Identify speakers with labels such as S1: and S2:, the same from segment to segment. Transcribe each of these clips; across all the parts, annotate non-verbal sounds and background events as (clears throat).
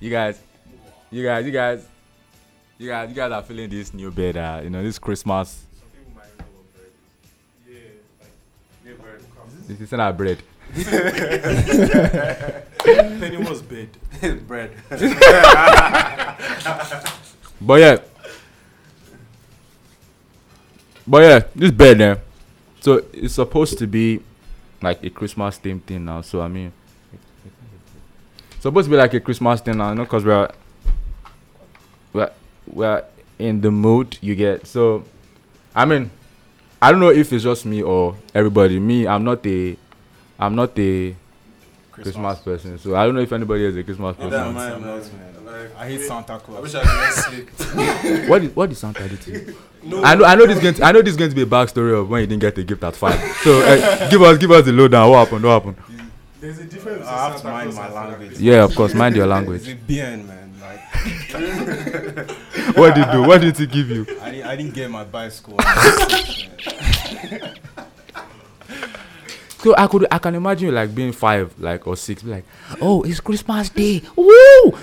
S1: you guys, you guys, you guys, you guys, you guys are feeling this new better. You know, this Christmas. This is not bread.
S2: Penny was bed.
S3: bread.
S1: But yeah. But yeah, this bed there. So it's supposed to be like a Christmas themed thing now. So I mean, it's supposed to be like a Christmas thing now, you know, because we're we're we're in the mood you get. So I mean, I don't know if it's just me or everybody. Me, I'm not a I'm not a Christmas, person. So I don't know if anybody is a Christmas
S2: I'm
S1: person.
S2: not,
S3: man,
S2: I'm
S3: man.
S2: not, man. Like,
S4: I hate Santa
S2: I wish
S4: Claus.
S2: I could not sleep.
S1: What is what is Santa do to
S3: (laughs)
S1: you?
S2: No,
S1: I know, I know this going to, I know this going to be a backstory of when you didn't get the gift at five. So uh, give us, give us the lowdown. What happened? What happened?
S2: There's a difference.
S4: (laughs)
S2: between
S4: I have to
S2: Santa
S4: mind
S2: Claus
S4: my
S2: and Santa
S4: language.
S2: Claus.
S1: Yeah, of course. Mind your
S4: It's a
S1: language.
S4: BN, man. Like,
S1: (laughs) What did he do? What did he give you?
S4: I didn't, I didn't get my bicycle.
S1: So I could, I can imagine you like being five, like or six, be like, oh, it's Christmas Day, woo!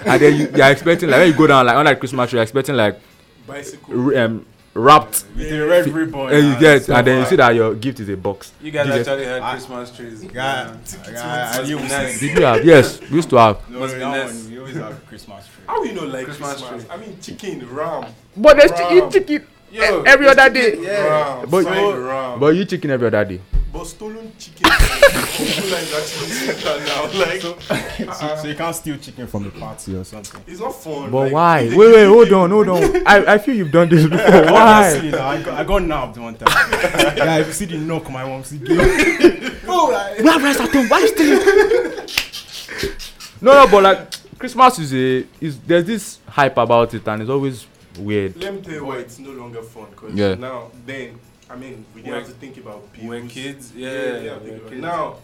S1: And then you, you're expecting like when you go down like on that Christmas tree, you're expecting like
S2: Bicycle.
S1: r- um, wrapped,
S4: With a red ribbon.
S1: and you get, and then you see
S4: see
S1: that your gift is a box.
S3: You guys
S1: You get-
S3: actually had
S4: I-
S3: Christmas trees.
S4: God, I knew we
S3: Nice.
S4: said-
S1: Did you have? Yes, we used to have.
S4: No,
S3: Must be
S4: that
S3: nice.
S4: one, we always have Christmas tree.
S2: How do you know like
S3: Christmas
S2: Christmas?
S3: tree.
S2: I mean, chicken, ram, Eh,
S1: But there's chicken,
S2: Wow.
S1: chicken
S3: Yo,
S1: every other day.
S3: Yeah.
S2: ram,
S1: But-
S2: fried
S1: But-
S2: ram.
S1: But you chicken every other day.
S2: But stolen chicken. (laughs) People like actually sweeter
S3: (laughs)
S2: now. Like
S4: so, so you can't steal chicken from the party or something.
S2: it's not fun.
S1: But
S2: like,
S1: why?
S2: they
S1: Wait,
S2: give
S1: wait,
S2: you
S1: hold
S2: the-
S1: on, hold on. I, I feel you've done (laughs) this before.
S4: Honestly,
S1: Why?
S4: no, I, got, I got nabbed one time. yeah, if you see the knock, my mom see game.
S1: We have rice at home. Why you still? no, no, but like Christmas is a is there's this hype about it and it's always weird. (laughs)
S2: Let me tell you why it's no longer fun. Cause
S1: Yeah.
S2: now then, I mean, we
S3: When-
S2: have to think about people.
S3: When kids, yeah.
S2: yeah, yeah,
S3: when
S2: think about it. (laughs)
S3: kids.
S2: now.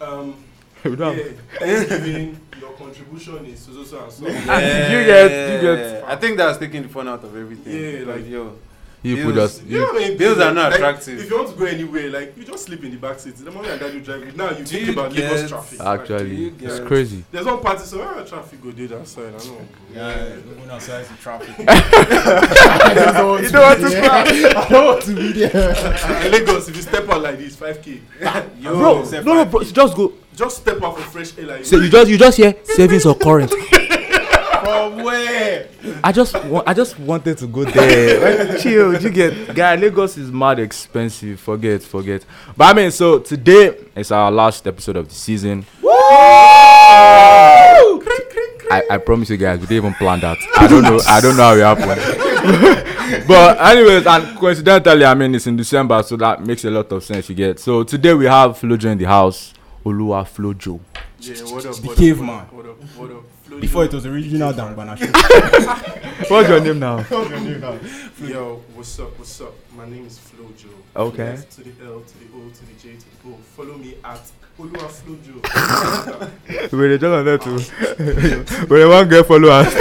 S2: Um,
S1: We don't
S2: yeah,
S1: have-
S2: Thanksgiving, your contribution is so so so
S3: (laughs)
S2: and so.
S1: Yeah. You get- you get-
S3: I think that's taking the fun out of everything.
S2: Yeah,
S3: Like,
S2: like-
S3: yo,
S1: People
S3: Bills.
S1: just
S2: You know what I mean?
S3: Bills are not
S2: Like,
S3: attractive.
S2: If you want to go anywhere, like you just sleep in the back seat. The moment your dad you drive you, now you
S3: Do
S2: think
S3: you
S2: about Lagos
S3: get-
S2: traffic. Like,
S1: actually
S3: you
S1: it's
S3: get-
S1: crazy.
S2: there's one party so ah, traffic go there that side. I know. (laughs)
S4: Yeah, going outside the traffic.
S1: You don't want to
S2: in Lagos, if you step out like this, five k. (laughs)
S4: Yo,
S1: Bro,
S4: say
S1: no, no,
S4: five
S1: bro, just go.
S2: Just step out for fresh air like.
S1: So you just you just hear savings or current.
S4: people. From where?
S1: I just wa- I just wanted to go there. Chill, you get guy. Lagos is mad expensive. Forget, forget. But I mean, so today is our last episode of the season. I, I promise you guys, we didn't even plan that. I don't know. I don't know how it happened. (laughs) but anyways, and coincidentally, I mean, it's in December, so that makes a lot of sense. You get. So today we have Flojo in the house. Olua Flojo.
S2: Yeah, what up?
S4: The
S2: what up,
S4: caveman.
S2: What up? What up? Flojo.
S4: Before it was original Dangbana show.
S1: What's your name now?
S2: Yo, what's up? What's up? My name is Flojo.
S1: Okay.
S2: From S To the L, to the O, to the J, to the O. Follow me at
S1: (coughs)
S2: Olua Flojo.
S1: Were they just on that too? (laughs) Were they one girl follow us?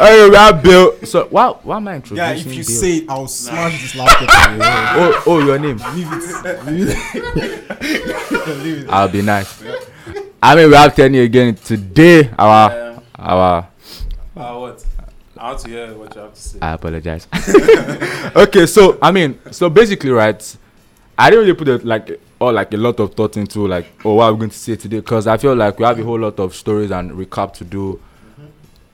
S1: anyway, we have Bill. So why why am I introducing
S4: yeah, if
S1: Bill?
S4: you say it, I'll smash this laptop. in your head.
S1: oh oh your
S4: (laughs)
S1: name,
S4: Leave it. Leave it. Leave it.
S1: I'll be nice. I mean we have Tenny again today. Our
S3: Yeah.
S1: our
S3: Ah, what? I want to hear what you have to say.
S1: I apologize. (laughs) okay, so I mean so basically right, I didn't really put it like or like a lot of thought into like oh what I'm going to say today because I feel like we have a whole lot of stories and recap to do.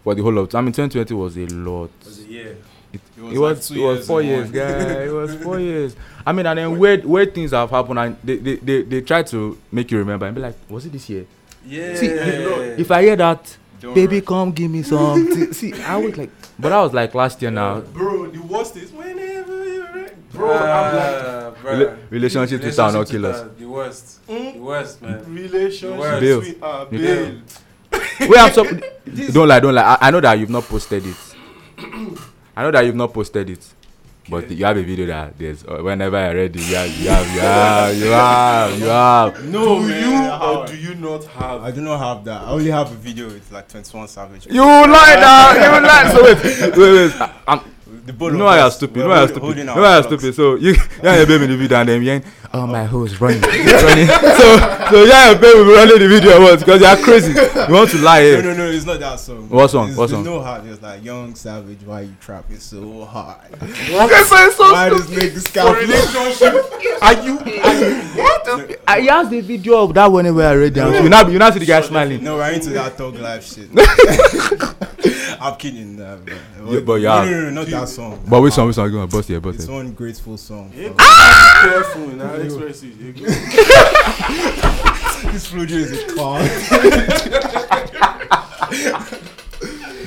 S1: For the whole of I mean 2020 was a lot.
S3: Was it yeah?
S1: It was, it was four years, (laughs) guy. It was four years. I mean, and then weird, weird things have happened, and they, they, they, they try to make you remember and be like, was it this year?
S3: Yeah.
S1: See, If I hear that,
S4: Don't
S1: baby,
S4: rush.
S1: come give me some. see, see, I was like, but I was like last year now.
S2: Bro, the worst is whenever you re-
S3: bro,
S2: Bro, I'm
S1: Ah.
S2: like
S3: I'm like,
S1: Rela- relationship to sound not kill us.
S3: The worst. The
S2: mm,
S3: worst, man.
S2: relationship
S1: Bill.
S2: with our
S1: You
S2: Bill.
S1: Wait, I'm so. don't lie, don't lie. I, I know that you've not posted it. I know that you've not posted it. But
S2: Okay.
S1: you have a video that there's uh, whenever I read it, you have, you have, you have, you have, you have.
S4: No,
S2: do
S4: man.
S2: you
S4: how-
S2: or do you not have?
S4: I do not have that. I only have a video with like 21 Savage.
S1: You lie now, you lie. So wait, wait, wait. I, I'm,
S4: the both
S1: You
S4: of
S1: know why you're
S4: us
S1: stupid.
S4: were
S1: You know why you're
S4: Ah,
S1: stupid.
S4: holding
S1: You
S4: our
S1: know why you're
S4: blocks.
S1: stupid. So you, yeah, your baby in the video and then you ain't, oh my hose (laughs) running, running. So, so yeah, your baby running the video once because you're crazy. You want to lie eh? here.
S4: No, no, no, it's not that song.
S1: What song?
S4: It's
S1: What
S4: the
S1: song?
S4: No hard. It's like Young Savage. Why you trap? It's so hard.
S1: Yes, sir, it's so
S4: Why this make this guy?
S1: Are you? What? the- I he has the video of that one where I read down. You now, you now see the guy smiling.
S4: No, we're into that thug life
S1: (laughs)
S4: shit. (laughs) I'm kidding, nah, bro.
S1: Yeah, but yeah.
S4: no, no, no, not that song.
S1: But Ah! which one? Which one? Go on, bust here, bust
S4: It's
S1: here.
S4: one graceful song.
S3: Yeah.
S4: bro.
S3: Careful now. Express it.
S1: (laughs)
S3: You go-
S4: this flojo is a car.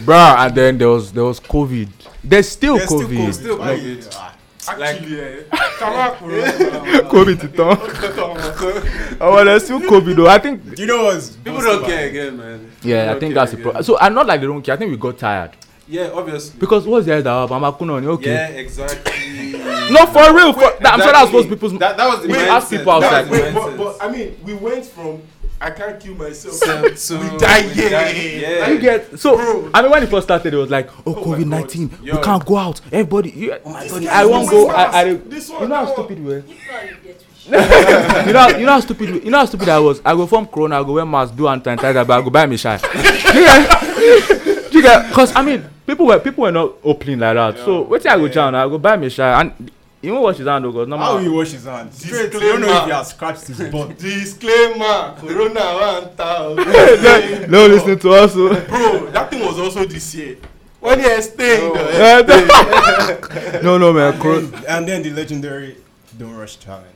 S1: Bruh, and then there was there was COVID. There's still COVID.
S4: Still
S3: Like-
S4: COVID. Ah,
S2: Actually, eh, Tamak, bro.
S1: (laughs) COVID to talk.
S4: (laughs)
S1: Oh, well, there's still COVID though. I think.
S4: You know what's
S3: People
S4: what's
S3: don't
S4: bad?
S3: care again, man.
S1: Yeah,
S3: People
S1: I
S3: don't
S1: think
S3: care
S1: that's the
S3: again.
S1: problem. So I'm not like they don't care. I think we got tired
S3: Yeah, obviously.
S1: because what's the other album? Amakunoni. Okay.
S3: Yeah, exactly.
S1: No, for real. For, that, I'm sure that's
S3: Exactly.
S1: what people's.
S3: That, that was the
S1: We
S3: mindset.
S1: ask people
S3: That
S1: outside.
S3: was the
S2: Wait, but,
S3: mindset.
S2: but I mean, we went from I can't kill myself.
S3: So- so-
S2: we die,
S3: we
S2: yeah.
S3: die,
S1: Now you
S3: yeah.
S1: get so.
S2: Bro.
S1: I mean, when it first started, it was like, oh,
S2: my
S1: COVID nineteen,
S3: God.
S1: we
S3: Yo.
S1: can't go out. Everybody, you,
S2: This
S1: God,
S2: guy
S1: I
S2: is
S1: won't
S2: doing
S1: go. I, I,
S2: (laughs) this
S1: you
S2: one,
S1: know how
S2: that one.
S1: stupid we were.
S5: If not, you get to shit.
S1: you know, you know how stupid, we- you know how stupid I was. I go form Corona, I go wear mask, do anti sanitizer, but I go buy me shy. you get, you get, cause I mean, people were people were not opening like that. So wait till I go down, I go buy me shy, and you know what she's on though, cause (laughs)
S4: How he
S1: normal.
S4: wash his hands? Straight. You don't know if he has scratched his butt.
S2: Disclaimer, Corona one thousand.
S1: no, listening to us. oh. So.
S2: Bro, that thing was also this year. When he stayed,
S3: No.
S2: eh,
S1: Yeah, (laughs) no, no, man. Cor-
S4: and, and then the legendary "Don't Rush" challenge.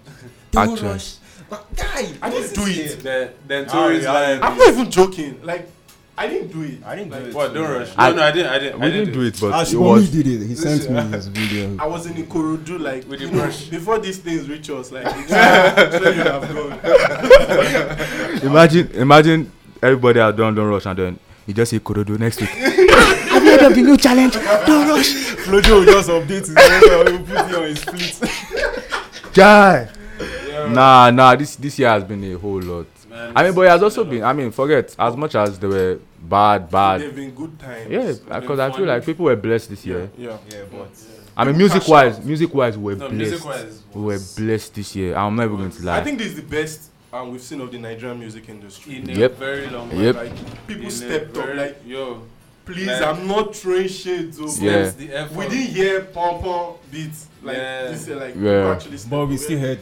S1: Actually.
S4: but guy,
S2: I didn't do it.
S3: The, the
S4: Oh,
S3: Tories
S4: yeah.
S3: live.
S2: I'm not even joking. Like, I didn't do it.
S4: I didn't do it.
S3: What? Don't rush.
S1: I-
S3: no, no, I didn't. I didn't. I
S1: we didn't do it, but it
S4: Ashwami
S1: was.
S4: did it. He sent me his video.
S2: I was in Ikorodu, like,
S3: With
S2: you
S3: the
S2: know,
S3: brush.
S2: before these things reach us,
S3: (laughs)
S2: like, (laughs) you have gone.
S1: Imagine, imagine everybody had done don't rush and then you just see Korodo next week. Have you heard of the new challenge? Don't rush.
S4: Flojo will just update his number. He will put it on
S1: (laughs)
S4: his fleet.
S1: Jai. Nah, nah. This this year has been a whole lot.
S3: Man,
S1: I mean, but it has also been. I mean, forget as much as they were bad, bad.
S2: They've been good times.
S1: Ah. Yeah, because I feel like people were blessed this year.
S2: Yeah.
S4: Yeah, but
S1: I mean, music wise, music wise, we were
S3: No, music
S1: blessed.
S3: wise.
S1: We were blessed this year. I'm never going to
S2: I
S1: lie.
S2: think this is the best um, we've seen of the Nigerian music industry.
S3: In a
S1: Yep.
S3: very long way.
S1: Yep.
S2: Like, people
S3: In a
S2: stepped up.
S3: very-
S2: Like,
S3: yo.
S2: please,
S3: Like-
S2: I'm not throwing shades. Oh,
S1: Yeah.
S3: Steps, the effort.
S2: We didn't hear pom pom beats. Like,
S3: Yeah.
S2: this year, like,
S1: Yeah.
S2: people actually stepped
S4: but we
S2: up.
S4: still had.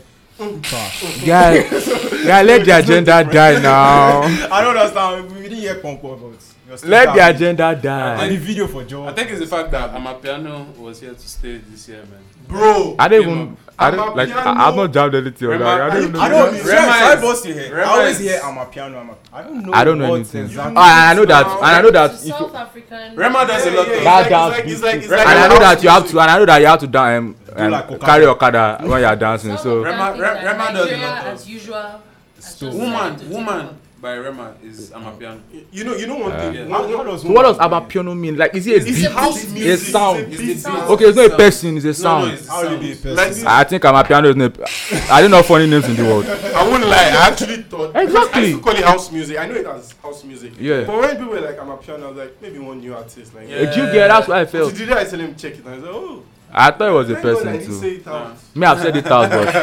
S1: Guy, guy, let the agenda die now.
S4: I don't understand. We didn't hear Pompo, but you're still
S1: Let the
S4: happy.
S1: agenda
S4: And
S1: die.
S4: the video for Joe.
S3: I think it's the fact that Amapiano was here to stay this year, man.
S2: Bro,
S1: I don't
S3: Came
S1: even. I
S2: I'm
S1: don't
S2: a
S1: like.
S2: piano.
S1: I, I've not jammed anything. Like, I don't
S2: Remember-
S1: even know.
S4: I don't.
S3: Rema
S4: Sorry, sorry,
S3: is-
S4: boss. You hear? I
S3: Rema
S4: always
S3: is-
S4: hear I'm a piano. I'm a. I don't know.
S1: I don't know
S4: what
S1: anything.
S4: Exactly.
S1: Oh, I, I know that,
S2: Now-
S1: and I know that. If you,
S5: South African.
S3: Rema does a lot
S2: yeah,
S3: of
S2: yeah.
S1: that
S2: it's
S1: dance,
S2: like-
S1: beats
S2: it's like-
S1: too.
S2: it's
S1: and
S2: like
S1: I know
S2: house
S1: that you have
S2: music.
S1: to, and I know that you have to dance um,
S4: like
S1: um,
S4: Okada.
S1: carry okada when you are dancing. So
S3: Okada. Rema-
S5: Rema,
S3: Rema- Rema does a lot of-
S5: as usual. has
S4: Stone.
S5: just started to
S3: Woman,
S5: take over.
S3: Woman by Rema is Amapiano.
S2: You know, you know one
S1: Yeah.
S2: thing.
S3: Yeah.
S2: One, one,
S4: does
S1: what does abapiano mean? Like, is it a
S2: It's
S1: beat?
S2: a house
S1: It's
S2: music.
S1: a sound.
S2: It's
S3: It's the
S2: Beats.
S3: sound.
S1: Okay, it's not a
S3: Sound.
S1: person. It's a
S3: No, no,
S1: sound.
S3: it's the
S4: How will you
S3: sound.
S4: be a person?
S2: Like this-
S1: I think amapiano is. not a- I don't know funny names in the world.
S2: I won't lie. I actually thought
S1: Exactly.
S2: I used to call it house music. I know it as house music.
S1: Yeah.
S2: But when people were like, "I'm a piano," I was like, maybe one new artist. Like,
S1: Do you get? That's what I
S2: So
S1: felt.
S2: today I tell him check it. And I was like, oh,
S1: I thought it was a
S2: thank God I
S1: person
S2: didn't say
S1: too.
S2: it out.
S1: Me, I've said it out, (laughs) but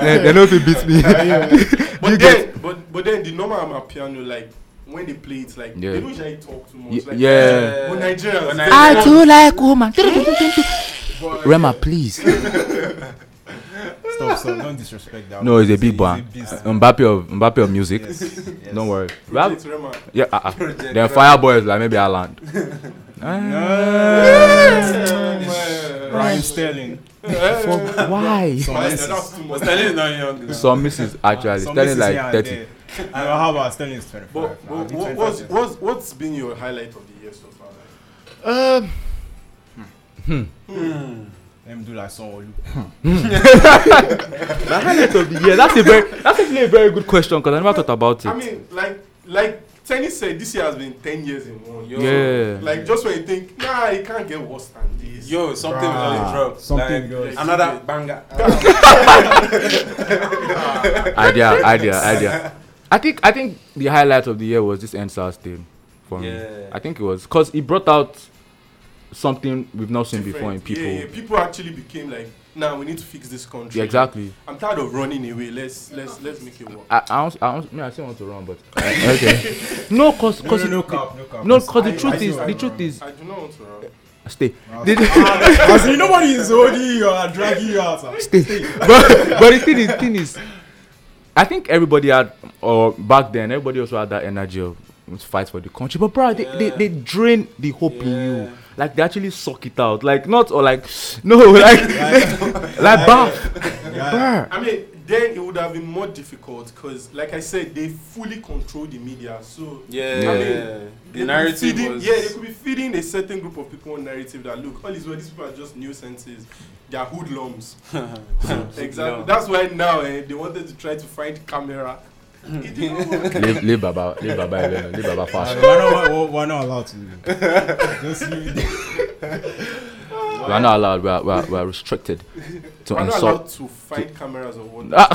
S1: they, they know if it (laughs) beats me.
S2: But
S1: (laughs) You
S2: then, but but then the normal I'm a piano like when they play it like
S1: Yeah.
S2: they don't usually talk too
S1: Y-
S2: much. Like,
S1: yeah.
S2: When Nigerians,
S3: When
S2: they
S3: I-
S2: don't-
S1: too like woman. Rema, please.
S4: Stop, stop. Don't disrespect that.
S1: No,
S4: one.
S1: it's a big
S4: a
S1: one.
S4: beast.
S1: Mbappe of Mbappe of music.
S4: Yes, yes.
S1: Don't worry. We have-
S2: Project Rema.
S1: Yeah, uh, uh.
S3: Project
S1: then
S3: Rema.
S1: Fireboy is like maybe Eh, Ireland.
S4: No. Ryan Sterling.
S1: For why?
S4: Some
S2: But
S4: misses.
S2: that's too much.
S3: Stanley is not young. now.
S1: Some misses actually.
S4: Some
S1: Sterling
S4: misses here
S1: like
S4: and
S1: thirty.
S4: there. No, how about Sterling is
S2: But,
S4: 25.
S2: but
S4: I'll be
S2: what,
S4: 25
S2: what's,
S4: then.
S2: what's, what's been your highlight of the year so far? Like,
S1: Um,
S4: Let me do like Son Olu.
S1: my highlight of the year. That's a very. That's actually a very good question because I never thought about
S2: I
S1: it.
S2: mean, like, like Tenny said, this year has been 10 years in one. Yo.
S1: Yeah.
S2: Like, just when you think, nah, it can't get worse than this.
S3: Yo, something will
S4: Bruh.
S3: only drop.
S4: Ah, Something
S3: like,
S4: goes.
S3: Another banger.
S1: (laughs) idea,
S2: (laughs)
S1: idea, idea. I think I think the highlight of the year was this NSAS thing for me.
S3: Yeah.
S1: I think it was because it brought out something we've not seen before in
S2: different.
S1: people.
S2: Yeah, yeah, people actually became like, nah, we need to fix this country.
S1: Yeah, exactly.
S2: I'm tired of running away. Let's let's let's make it work.
S1: I, I, don't, I, don't, me, I still want to
S2: (laughs)
S1: run, but okay. No, cause,
S4: No,
S1: cause
S4: no, no
S1: it-
S4: cap, no cap.
S1: no, cause the
S2: I-
S1: truth
S2: I
S1: is,
S2: know, I
S1: the
S2: know.
S1: truth is,
S2: I do not want to run.
S1: stay.
S4: Wow.
S1: The-
S4: As in, nobody is holding you or dragging you out. uh. sir.
S1: Stay. but but the thing is, thing is, I think everybody had, or back then, everybody also had that energy of "Let's fight for the country. But bro, they, they,
S3: Yeah.
S1: they drain the hope in
S3: Yeah.
S1: you. Like they actually suck it out. Like not or like no, (laughs) like like bah,
S4: Yeah.
S1: bah.
S2: I mean, then it would have been more difficult because, like I said, they fully control the media. So
S3: Yeah,
S1: Yeah. I
S2: mean, they
S3: the
S2: could be
S3: narrative
S2: feeding,
S3: was.
S2: yeah, they could be feeding a certain group of people one narrative that look, all these well, these people are just nuisances. They are hoodlums.
S3: (laughs)
S1: (laughs)
S2: exactly.
S3: No.
S2: That's why now eh, they wanted to try to find camera.
S1: Hmm.
S2: It didn't work.
S1: Leave, leave Baba, leave Baba alone. Leave Baba
S4: Uh,
S1: fast.
S4: we're, not, we're, we're not allowed to. Just leave it there.
S1: We are not allowed. We are, we are, we are restricted (laughs) to
S2: We're not
S1: insult.
S2: allowed to find cameras or what. (laughs)
S1: Ah,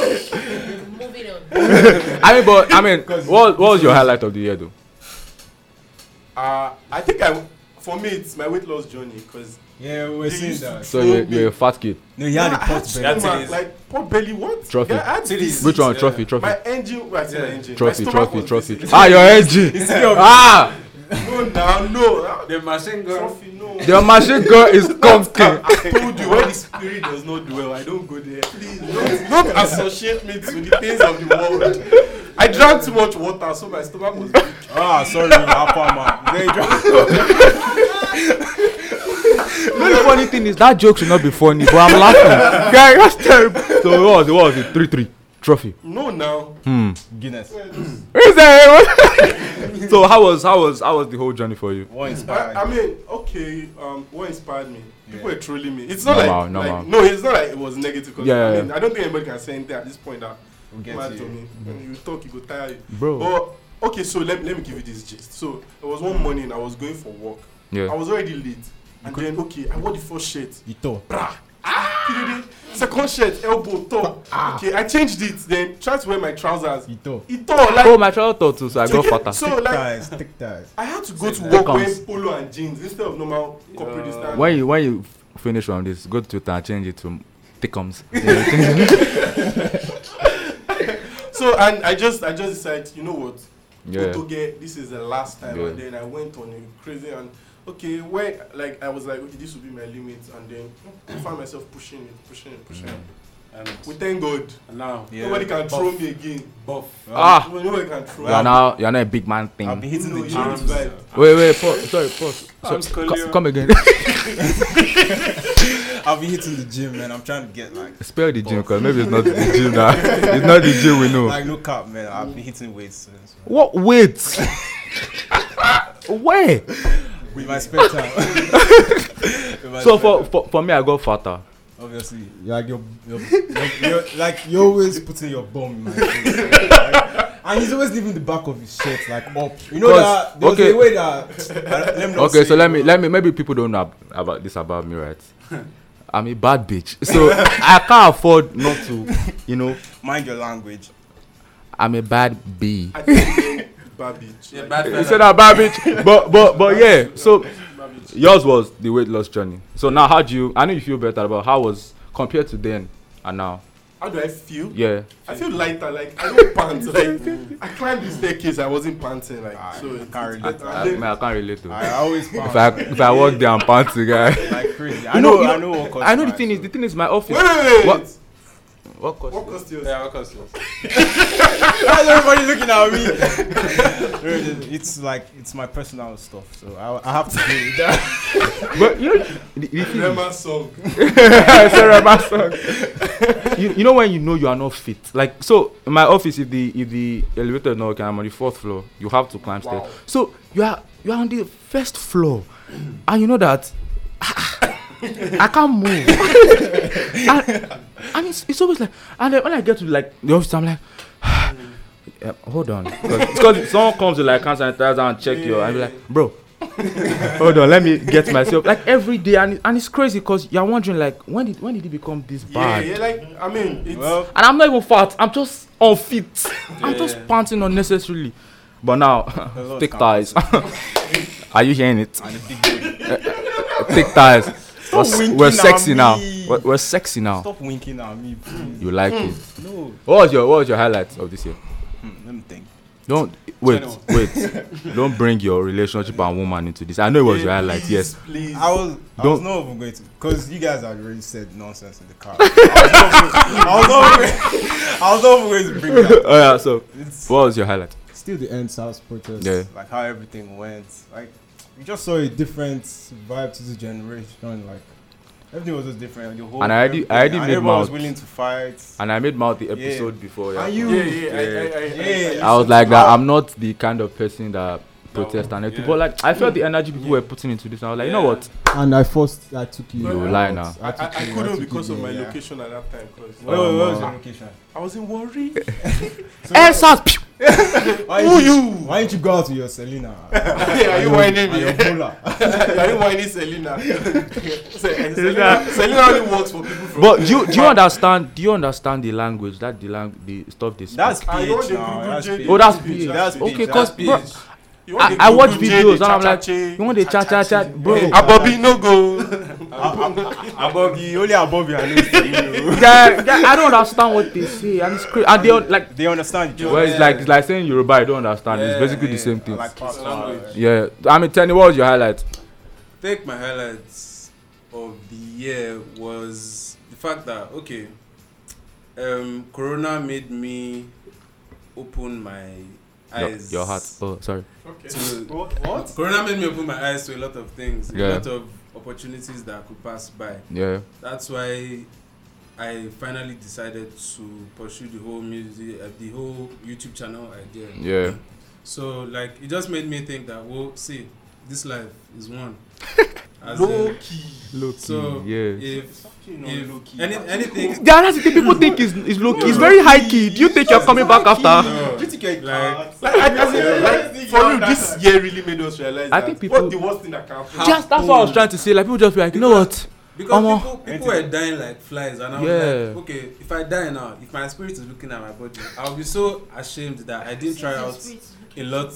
S5: Moving on.
S1: I mean, but I mean, what, what was your highlight of the year though?
S2: uh, I think I, for me, it's my weight loss journey because
S4: Yeah, we we're
S2: They
S4: saying
S2: used to-
S4: that.
S1: So you, you're a fat kid.
S4: No, he had a pot
S3: Yeah,
S4: belly.
S3: that's it is.
S2: like pot belly what
S1: Trophy.
S2: Yeah, I had
S3: It is.
S2: this.
S1: Which one?
S3: Yeah.
S1: Trophy, trophy,
S2: My engine, well, I said my
S3: Yeah.
S2: engine.
S1: trophy,
S2: my
S1: trophy,
S2: stomach was
S1: trophy.
S2: this-
S1: Ah, your engine. Ah,
S2: No, now, no. Ah,
S3: The machine gun.
S2: Trophy, no.
S1: the machine gun is
S2: I,
S1: conking.
S2: I told you when the spirit does not dwell, I don't go there. Please don't, don't associate me to the things of the world. I drank too much water, so my stomach was big.
S4: Ah, sorry, Apama. They dra-
S1: No, (laughs) the funny thing is that joke should not be funny, but I'm laughing. (laughs) Guy, that's terrible. So what was it? What was it? Three three trophy.
S2: No, now.
S4: Guinness.
S1: Is that it? (laughs) so how was how was how was the whole journey for you?
S4: What inspired
S2: I, I
S4: you?
S2: mean, okay. Um, what inspired me? People
S4: Yeah.
S2: were trolling me. It's not
S1: Normal,
S2: like,
S1: normal.
S2: like- no, it's not like it was negative. 'cause,
S1: Yeah,
S2: I
S1: yeah,
S2: mean,
S1: yeah.
S2: I don't think anybody can say anything at this point that
S4: We'll get
S2: matter
S4: to
S2: to
S4: you.
S2: me. When you talk, you go tire you.
S1: Bro.
S2: But okay, so let, let me give you this gist. So there was one morning I was going for work. I
S1: Yeah.
S2: was already late, and then okay, I wore the first shirt.
S4: You thought.
S2: Kiriri, Second shirt, elbow, top. Okay, I changed it. Then tried to wear my trousers.
S4: You thought.
S2: It all like
S1: Oh my child thought too, so I got fatter.
S2: so
S4: Thick
S2: like
S4: ties, thick ties.
S2: I had to go to
S1: Thick
S2: work
S1: comes.
S2: wearing polo and jeans instead of normal corporate
S3: Yeah.
S2: standard.
S1: When you when you finish on this, go to Twitter and change it to Thickums.
S2: So and I just I just decided, you know what?
S1: Yeah.
S2: Otoge, this is the last time
S1: Yeah.
S2: and then I went on a crazy and okay, where like I was like, okay, this will be my limit and then I found myself pushing it, pushing it, pushing
S1: Mm.
S2: it. We
S3: And
S2: thank God.
S3: now,
S2: Nobody can throw me again.
S3: buff.
S1: Ah,
S2: Nobody nobody can throw
S1: you are
S2: me.
S1: now you are not a big man
S4: I've been
S1: thing.
S4: hitting the
S2: No, you
S4: gym.
S2: know this vibe.
S1: Wait wait pause sorry pause. So,
S3: I'm
S1: co-
S3: scoliosis.
S1: come again.
S4: I've been hitting the gym, man. I'm trying to get like,
S1: Spell the gym, cause maybe it's not the gym
S4: (laughs)
S1: now. It's not the gym we know.
S4: like no cap, man. I've been hitting weights since.
S1: What weight? Where?
S4: With my spare time. (laughs) With my
S1: So
S4: spare
S1: for,
S4: time.
S1: for for me, I got fatter.
S4: obviously, like you're, you're, you're, you're like you're always putting your bum in my face. Like, and he's always leaving the back of his shirt like up. You know
S1: Cause-
S4: that there's
S1: okay.
S4: a way that. I- Let me not
S1: Okay,
S4: say
S1: so
S4: it.
S1: let me let me maybe people don't know ab- about this about me,
S4: (laughs)
S1: right? I'm a bad bitch, so I can't afford not to, you know.
S4: mind your language.
S1: I'm a bad B.
S2: I think bad bitch.
S3: Yeah,
S2: Like,
S3: bad
S1: You
S3: fella.
S1: said a bad bitch, but but but yeah. So
S2: bad bitch.
S1: yours was the weight loss journey. So now, how do you? I know you feel better, but how was compared to then and now?
S2: How do I feel?
S1: Yeah.
S2: I feel lighter, like I don't pant. Like I climbed the staircase, I wasn't panting. Like
S4: I
S2: so,
S4: can't
S2: it-
S4: relate.
S2: and
S1: I,
S2: then-
S1: man, I can't relate to.
S4: I always
S1: If I
S4: found
S1: if I walk there, I'm panting, guy.
S4: like crazy. I
S1: You
S4: know,
S1: know- you
S4: I know what caused
S1: (laughs) I know the
S4: mine,
S1: thing is
S4: so-
S1: the thing is my office.
S2: Wait, wait, wait.
S1: What? What
S2: What
S1: cost?
S2: cost you?
S3: Yeah, of course. yes.
S4: (laughs) Why is everybody looking
S1: (laughs)
S4: at me? it's like it's my personal stuff, so I, I have
S1: (laughs)
S4: to deal with that.
S1: But you know the, the thing is-
S2: Rema song.
S1: (laughs) Sarah Mason. you, you know when you know you are not fit. Like so, in my office, if the if the elevator is not okay, I'm on the fourth floor. You have to climb
S2: Wow.
S1: stairs. So you are you are on the first floor, and you know that (laughs) I can't move. (laughs) and, and it's, it's always like, and then when I get to like the office, I'm like. (sighs) yeah, hold on, because someone comes to like hand sanitizer and check you, and be like, bro, hold on, let me get myself. Like every day, and it- and it's crazy because you're wondering like, when did when did it become this
S2: Yeah,
S1: bad?
S2: yeah. Like I mean, it's
S4: Well, (laughs)
S1: and I'm not even fat. I'm just unfit. I'm
S3: Yeah.
S1: just panting unnecessarily. But now, (laughs)
S4: A lot
S1: thick
S4: can
S1: thighs. (laughs) Are you hearing it?
S4: And a big body.
S1: Thick thighs. We're, s-
S4: winking
S1: we're
S4: at
S1: sexy now.
S4: me.
S1: We're, we're sexy now.
S4: Stop winking at me, please.
S1: You like it.
S4: No.
S1: What was your What was your highlight of this year?
S4: Hmm, let me think.
S1: Don't wait, wait. Don't bring your relationship and woman into this. I know it was your highlight. Yes.
S2: Please.
S4: I was, I was
S1: Don't-
S4: not even going to, because you guys had already said nonsense in
S1: (laughs)
S4: the car. I was not even- I was not even going to bring it up.
S1: oh yeah. So,
S4: It's
S1: what was your highlight?
S4: still the end South protest.
S1: Yeah.
S4: Like how everything went. Like we just saw a different vibe to the generation. Like everything was just different. The whole
S1: And I already- I already
S4: everything, and
S1: made
S4: everyone was
S1: mouth.
S4: willing to fight.
S1: And I made mouth the
S4: Yeah.
S1: episode before. Yeah.
S4: Are you?
S3: Yeah, yeah, I, I, I,
S4: Yeah.
S1: I was like that. I'm not the kind of person that protest and everything.
S3: yeah.
S1: But like, I felt the energy people were putting into this. I was like, you know
S3: Yeah.
S1: what?
S4: And I forced. I took you.
S1: You lie now.
S2: I, I, I couldn't because of my location at that time. Cause
S4: Wait, wait, what was
S1: Um,
S4: your location?
S2: I was in
S1: (laughs)
S2: (laughs) worry.
S4: Why didn't you? Why didn't you go out with your Selena?
S2: Are you
S4: And your-
S2: whining
S4: and
S2: me?
S4: your Bola?
S2: (laughs) Are you
S1: (laughs)
S2: whining Selena? Se- Selena? Selena only works for people from.
S1: But do you, do you understand? Do you understand the language that the lang the stuff they speak?
S4: (laughs) That's PH
S2: I know the
S4: now. That's
S2: Google
S4: PH.
S1: Oh, that's
S2: PH.
S4: That's
S1: okay,
S4: PH,
S1: cause,
S4: that's
S1: bro,
S4: PH.
S2: You want
S1: I-
S2: the
S1: I watch
S2: Google J,
S1: videos
S2: the
S1: and I'm
S2: cha-cha
S1: like,
S2: J.
S1: you want the cha cha cha, bro?
S4: Hey,
S2: Abobi no go.
S4: above you, only above you. I know Selena.
S1: Guy, guy, I don't understand what they say, and it's crazy. And they don't, like,
S4: They understand you.
S1: well, it's like it's like saying Yoruba. I don't understand. it's basically the same thing.
S4: Like
S3: It's language.
S1: yeah, I mean, tell me what was your highlight?
S3: think my highlights of the year was the fact that okay, um, Corona made me open my
S1: Your,
S3: eyes.
S1: your heart. Oh, sorry.
S3: To,
S2: What? what?
S3: Corona made me open my eyes to a lot of things, a
S1: Yeah.
S3: lot of opportunities that I could pass by.
S1: Yeah.
S3: That's why I finally decided to pursue the whole music, uh, the whole YouTube channel idea.
S1: Yeah.
S3: So like it just made me think that well, see, this life is
S1: (laughs)
S3: one. As
S2: Low
S3: in-
S2: key.
S1: Low key.
S3: so
S1: yeah.
S3: if
S2: Fucking
S3: if
S2: low key.
S3: any, anything,
S1: Yeah, that's the thing. People think it's, it's low key. It's very high key. Do you think you're coming back after?
S3: no,
S4: You think you're
S3: like
S2: Like, I as in, like, for real, this year really made us realize
S1: I
S2: that
S1: think people-
S2: what the worst thing that can happen.
S1: Just that's what I was trying to say. Like people just be like, you know what?
S3: because
S1: Omo.
S3: people, people were dying like flies, and I was
S1: Yeah.
S3: like, okay, if I die now, if my spirit is looking at my body, I'll be so ashamed that I didn't try out a lot.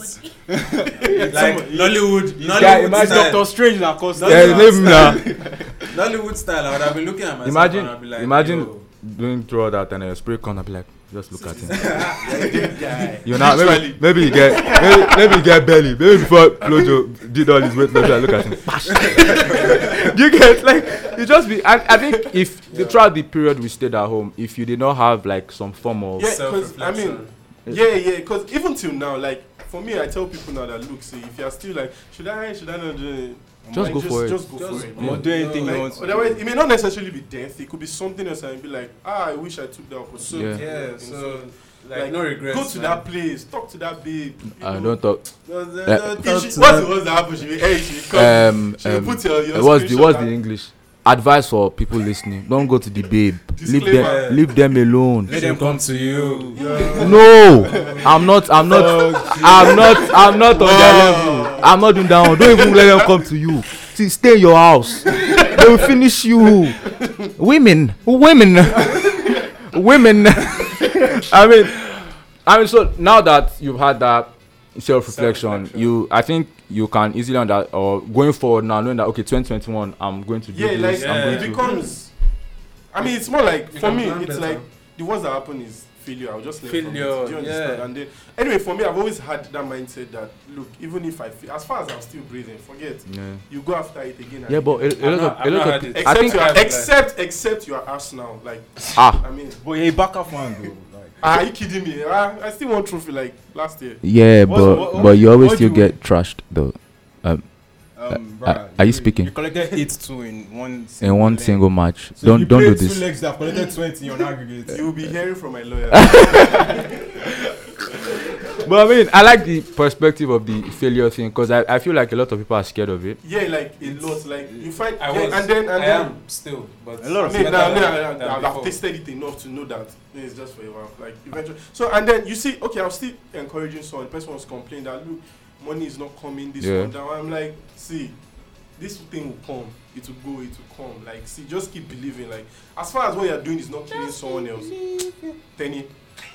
S3: like Nollywood, Nollywood style.
S4: Strange that caused
S3: Yeah,
S1: Yeah, leave me now.
S3: Nollywood style, I would have been looking at myself
S1: Imagine-
S3: and I'd be like,
S1: imagine-
S3: yo,
S1: Doing through all that and a spray can. I be like, just look at him.
S2: (laughs) Yeah.
S1: You know, maybe maybe you get maybe, maybe you get belly. Maybe before Flojo did all his weight loss, I look at him. (laughs) bash. you get like you just be. I, I think if throughout the period we stayed at home, if you did not have like some form of
S2: Yeah, 'cause, I
S3: self-reflection.
S2: mean, yeah, yeah, because even till now, like, for me, I tell people now that, look, see, if you're still like, should I, should I not do it? I'm
S1: Just
S2: like,
S1: go for it.
S2: Just go for it.
S1: Yeah.
S4: do anything you
S3: No, like,
S4: want to.
S2: Otherwise, it may not necessarily be death. It could be something else, and be like, ah, I wish I took that opportunity.
S1: Yeah.
S3: yeah, so like,
S2: Like,
S3: no regrets.
S2: Go to that place, talk to that babe. you
S1: I
S2: know.
S1: uh, don't talk.
S2: No, no,
S1: Eh,
S2: no,
S4: talk
S2: she-
S4: to
S2: What's
S4: her.
S2: the worst that happened? She will, hey, she will come.
S1: Um,
S2: she will
S1: um
S2: put your, your
S1: what's the
S2: screenshot
S1: what's the
S2: and-
S1: English? Advice for people listening: Don't go to the babe. Leave
S2: Disclaimer.
S1: them. Leave them alone.
S3: Let them come to you.
S1: No, I'm not. I'm not. I'm not. I'm not on their level. I'm not doing that. One. Don't even let them come to you. See, stay in your house. They will finish you. Women, women, women. (laughs) I mean, I mean. So now that you've had that self-reflection,
S3: Self-reflection.
S1: you, I think you can easily under or going forward now, knowing that okay, 2021, I'm going to do
S2: Yeah, like
S1: this. I'm going
S2: it
S1: to.
S2: becomes. I mean, it's more like
S3: You
S2: for
S3: can
S2: me,
S3: plan
S2: it's
S3: better.
S2: like the worst that happen is failure. I'll just learn From
S3: Failure,
S2: it. Do you
S3: yeah.
S2: understand? And then, anyway, for me, I've always had that mindset that look, even if I fail, as far as I'm still breathing, forget.
S1: Yeah.
S2: You go after it again. And
S1: Yeah, but
S2: again.
S1: a, a lot
S3: I'm not-
S1: of a
S3: I'm
S1: lot
S3: not
S1: of
S3: at
S1: pe-
S3: it.
S1: I
S2: except
S1: think
S2: you
S3: I've,
S2: are,
S3: like-
S2: except except you are Arsenal. Like
S1: ah
S2: I mean,
S4: But a backup one though. Like
S2: are you kidding me? I, I still won trophy like last year.
S1: yeah,
S4: What's-
S1: but
S4: what- what-
S1: but you always
S4: what
S1: still
S4: do-
S1: get trashed though.
S4: um,
S1: Uh, uh,
S4: bruh,
S1: are you speaking?
S4: You collected eight two in one.
S1: in one
S4: leg.
S1: single match.
S4: So
S1: don't
S4: you
S1: don't do
S4: played
S1: this.
S4: Two legs that collected twenty on
S2: (laughs)
S4: aggregate.
S2: You'll be hearing from my lawyer.
S1: But I mean, I like the perspective of the failure thing because I, I feel like a lot of people are scared of it.
S2: (laughs) yeah, like a lot. Like you find,
S3: I
S2: yeah,
S3: was,
S2: and then and
S3: I
S2: then.
S3: am still, but
S4: A lot of
S2: I mean,
S3: better
S2: now,
S3: than-
S2: now,
S3: than
S2: now, I've
S3: before.
S2: tasted it enough to know that it's just for a while. Like eventually, so and then you see, okay, I'm still encouraging someone. The person was complaining that look, money is not coming this
S1: Yeah.
S2: one down. I'm like, see, this thing will come. It will go. It will come. Like, see, just keep believing. Like, as far as what you're doing is not killing someone else, Tenny,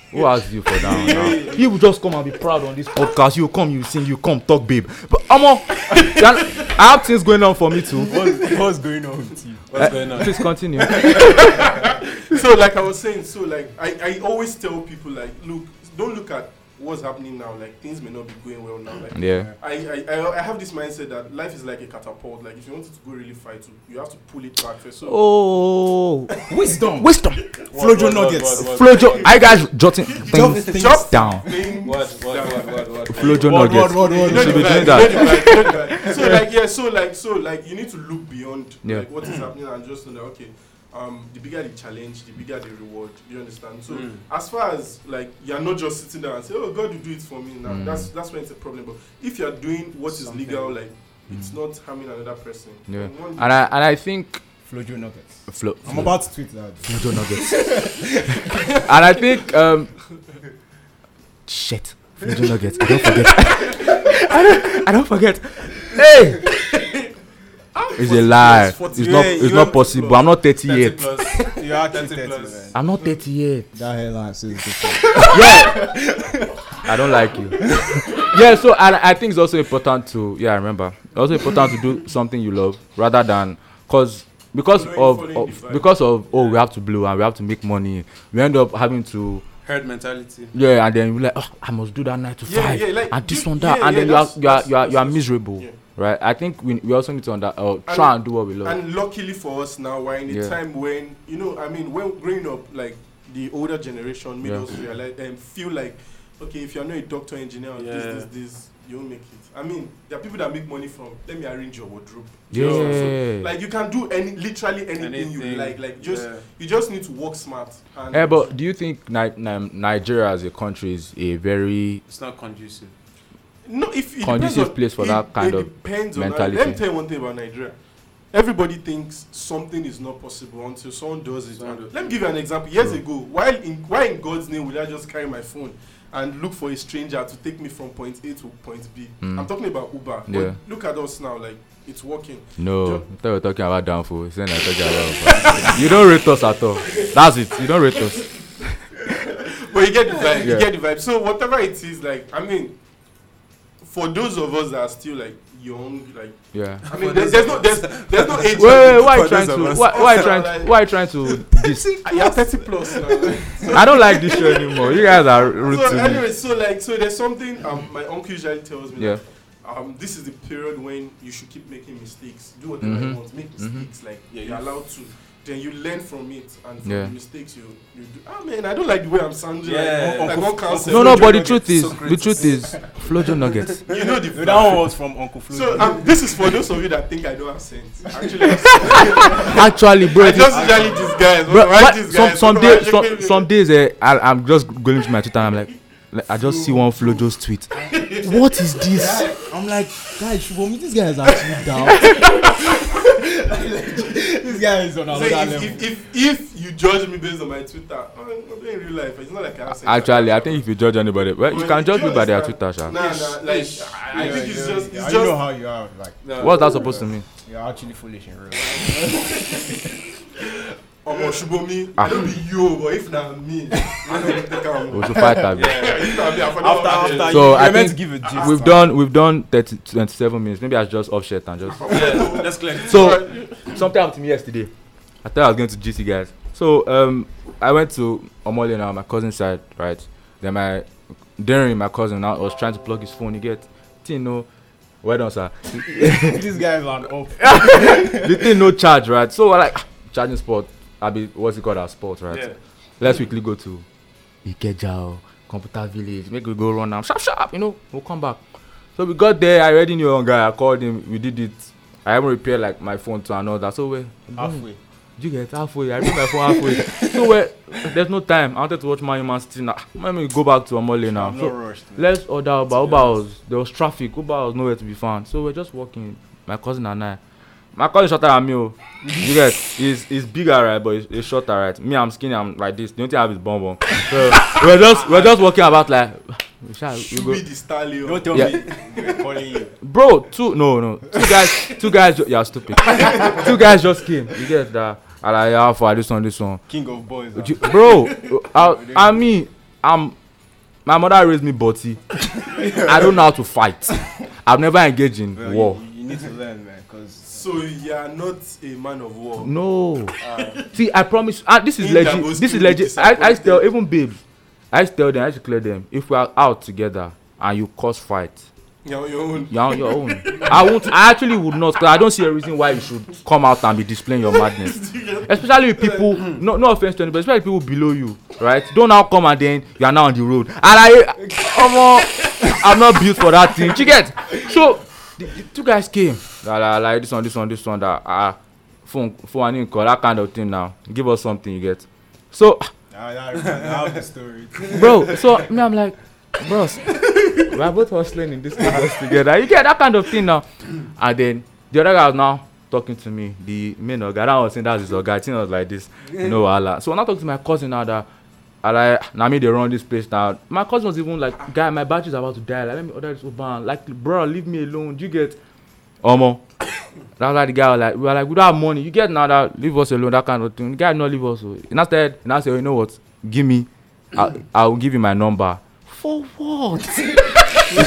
S1: Who asked you for that one now? (laughs) You will just come and be proud on this podcast. You come, you sing, you come, talk, babe. But Omo, (laughs) you are- I have things going on for me too.
S4: What's, what's going on with you?
S1: Eh,
S3: What's going on?
S1: Please continue.
S2: (laughs) so like I was saying, so like I, I always tell people like look, don't look at what's happening now. Like things may not be going well now. Like
S1: Yeah.
S2: I, I, I, I have this mindset that life is like a catapult. Like if you want it to go really far, to, you have to pull it back first. So
S1: Oh,
S4: Wisdom.
S1: wisdom.
S4: Flojo
S3: what, what,
S4: Nuggets.
S3: what, what?
S1: Flojo. Are you guys jotting things
S4: things
S1: down?
S2: thing-
S3: What, what, what, what, what?
S1: Flojo
S4: Word, word,
S1: Nuggets.
S4: word,
S2: You
S4: word.
S2: know
S1: should
S2: the
S1: be
S2: vibe,
S1: doing
S2: you
S1: that.
S2: know the vibe, you know the vibe.
S1: (laughs)
S2: so like yeah, so like so like you need to look beyond
S1: Yeah.
S2: like what is happening and just know that okay, um, the bigger the challenge, the bigger the reward. You understand? So
S3: Mm.
S2: as far as like you're not just sitting there and say, oh God, you do it for me now.
S1: Mm.
S2: That's that's when it's a problem. But if you're doing what is
S3: Something.
S2: legal, like it's not harming another person.
S1: Mm. Yeah.
S2: And one-
S1: And I and I think
S4: Flojo Nuggets.
S1: Flo,
S4: I'm about to tweet that.
S1: Flojo Nuggets. and I think um, shit. Flojo Nuggets. I don't forget. I don't, I don't forget. Hey. It's a lie. It's not. It's not possible. I'm not 30
S3: 30
S1: yet.
S3: plus.
S4: You are
S3: 30 plus.
S1: I'm not 30 yet.
S4: That hairline says it's
S1: yeah. I don't like you. yeah, so I, I think it's also important to yeah, I remember. Also important to do something you love rather than cause because
S2: Following-
S1: of,
S2: following the
S1: of
S2: vibe.
S1: because of oh we have to blow and we have to make money. We end up having to
S3: Herd mentality.
S1: yeah and then you're like oh I must do that nine to
S2: Yeah,
S1: five
S2: yeah, like,
S1: and this
S2: you-
S1: one that
S2: yeah,
S1: and
S2: yeah,
S1: then you are
S2: that's-
S1: you are
S2: that's-
S1: you are, you are
S2: that's-
S1: miserable.
S2: yeah.
S1: Right? I think we we also need to under uh, try and, do what we love.
S2: And luckily for us now, we're in a
S1: Yeah.
S2: time when you know, I mean, when growing up, like the older generation made
S1: Yeah.
S2: us realize and feel like, okay, if you're not a doctor, engineer, or
S3: Yeah.
S2: this, this, this, you won't make it. I mean, there are people that make money from. Let me arrange your wardrobe. You
S1: yeah.
S2: know what I'm saying? Like you can do any, literally anything, you
S3: Anything.
S2: like. Like just,
S3: Yeah.
S2: you just need to work smart. And
S1: yeah, Eh, but do you think Ni- Ni- Nigeria as a country is a very
S3: It's not conducive.
S2: No, if it
S1: Conducive
S2: depends on-
S1: place for
S2: it-
S1: that kind
S2: it
S1: of
S2: depends
S1: mentality.
S2: On, let me tell you one thing about Nigeria. Everybody thinks something is not possible until someone does it.
S3: Someone does
S2: let me give you an example. Years
S1: True.
S2: ago, while in why in God's name would I just carry my phone and look for a stranger to take me from point A to point B?
S1: Mm.
S2: I'm talking about Uber. But
S1: Yeah.
S2: look at us now, like it's working.
S1: No, I
S2: Ju-
S1: thought you were talking about downfall. You said I talking about downfall. you don't rate us at all. That's it. You don't rate us.
S2: But you get the
S1: Yeah.
S2: vibe. You get the vibe. So whatever it is, like I mean, for those of us that are still like young, like
S1: Yeah.
S2: I mean, there's, there's no there's there's no age.
S1: Wait, wait,
S2: limit.
S1: why are you
S3: For
S1: trying
S3: those
S1: to?
S3: of us.
S1: Why, why are
S2: (laughs)
S1: you trying? To, why are you trying to? This?
S2: I have 30 plus (laughs) now. like.
S1: I don't like this show anymore. You guys are rude
S2: so
S1: to me.
S2: anyway, so like, so there's something um, my uncle usually tells me.
S1: Yeah.
S2: Like, um, this is the period when you should keep making mistakes. Do whatever
S1: Mhm.
S2: you want, make
S1: Mhm.
S2: mistakes. Like
S3: Yeah,
S2: you're
S3: you-
S2: allowed to. Then you learn from it, and from
S1: Yeah.
S2: the mistakes you you do. Ah man, I don't like the way I'm sounding.
S3: Yeah.
S2: Like, like one counsel.
S1: No, no. But the
S4: Nuggets,
S1: truth is, the
S3: Socrates.
S1: truth is, Flojo Nuggets.
S2: You know the
S4: No, that one was from Uncle Flojo.
S2: So um, this is for those of you that think I don't have sense. Actually,
S1: (laughs)
S2: I
S1: Actually, bro.
S2: I
S1: it is-
S2: just usually disguise.
S1: bro,
S2: Why
S1: what-
S2: disguise?
S1: some some
S2: Why
S1: days,
S2: you
S1: some,
S2: make me-
S1: some days, eh, I, I'm just going to my Twitter. and I'm like, like, I just see one Flojo's tweet. What is this?
S4: I'm like, guys, Shubomi, this guy is actually down. this guy is on
S2: So
S4: another
S2: if,
S4: level.
S2: if, if, if you judge me based on my Twitter, I'm not in real life. It's not like I have sense.
S1: Actually, I think if you judge anybody, well, you
S2: Well,
S1: can judge
S2: you
S1: me by their Twitter,
S2: understand.
S1: sha.
S2: Nah, nah, like, I, I
S4: Yeah,
S2: think it's
S4: yeah,
S2: just, it's
S4: yeah,
S2: just,
S4: you know how you are. Like,
S3: No.
S1: What's that supposed to mean?
S4: you're actually foolish in real life.
S2: Omo Shubomi,
S1: Ah. Oh,
S2: Oh, I don't be you, but if na me, I don't be
S1: (laughs)
S2: take am.
S1: We should fight that. bit.
S3: Yeah.
S2: If na me, I follow
S4: After,
S2: am.
S4: after,
S1: So,
S4: you,
S1: I
S4: you're meant to
S1: think
S4: give a gist.
S1: We've done we've done 30, 27 minutes. Maybe I should just off shirt and just.
S3: Yeah, let's clear.
S1: So something happened to me yesterday. I thought I was going to GC guys. So um, I went to Omole now, my cousin's side, right? Then my during my cousin now I was trying to plug his phone. You get, thing no, well done sir.
S4: this guy is on up.
S1: the thing no charge, right? So we're like (sighs) "Ah, charging spot. I be what's it called our spot, right?
S3: Yeah.
S1: Let's quickly go to Ikeja or Computer Village. Make we go run am sharp sharp, you know, we'll come back. So we got there, I already knew one guy, I called him, we did it. I haven't repaired like my phone to another. So we
S4: Halfway.
S1: you get halfway. I read my phone halfway. (laughs) so we there's no time. I wanted to watch Man U Man City now. Let me go back to Amole now.
S4: I'm
S1: So-
S4: not rushed. man.
S1: Let's order Uber.
S3: To
S1: Uber
S3: be honest.
S1: was there was traffic. Uber was nowhere to be found. So we're just walking. My cousin and I. My cousin shorter than me. oh. (laughs) you guys, he's he's bigger right, but he's, he's shorter right. Me, I'm skinny. I'm like this. The only thing I have is bum bum. So (laughs) we're just we're just walking about like. "Ah, We shall, we
S2: Shubi
S1: go.
S2: the star Leo.
S4: Don't tell
S1: Yeah.
S4: me they're calling you.
S1: Bro, two no no two guys two guys ju- you are stupid. two guys just came. You
S4: ah.
S1: get that? I like yeah, for this one this one.
S4: King of boys.
S1: Ju- Bro, uh, I, I mean I'm my mother raised me body. I don't know how to fight. I've never engaged in
S4: Well,
S1: war.
S4: You, you need to learn, man, because
S2: So you are not a man of war.
S1: No. See, I promise. Ah, this is
S2: Him that
S1: legit.
S2: goes
S1: This is
S2: through with
S1: legit. I, I
S2: disappointment.
S1: tell even babes. I used to tell them. I used to clear them. If we are out together and you cause fight,
S2: You're on your own.
S1: you're on your own. I won't. I actually would not. Cause I don't see a reason why you should come out and be displaying your madness. Especially with people. No, no offense to anybody. Especially people below you, right? Don't now come and then you are now on the road. And I, omo, I'm not built for that thing. You get? So the, the two guys came. La la la. This one, this one, this one. That ah, phone, phone, and call. That kind of thing. Now give us something. You get? So.
S4: I, I, I have the (laughs) story.
S1: bro so me i'm like bros we are both hustling in this business together you get that kind of thing now and then the other guy was now talking to me the main oga that was saying that's his oga the thing was like this no wahala so when i talk to my cousin now that i like na me dey run this place now my cousin was even like guy my battery is about to die like let me order this uber and like bro leave me alone do you get omo that's why the guy was like we were like we don't have money you get now that leave us alone that kind of thing the guy no leave us o he now said he now say oh you know what give me i i will give you my number for what he say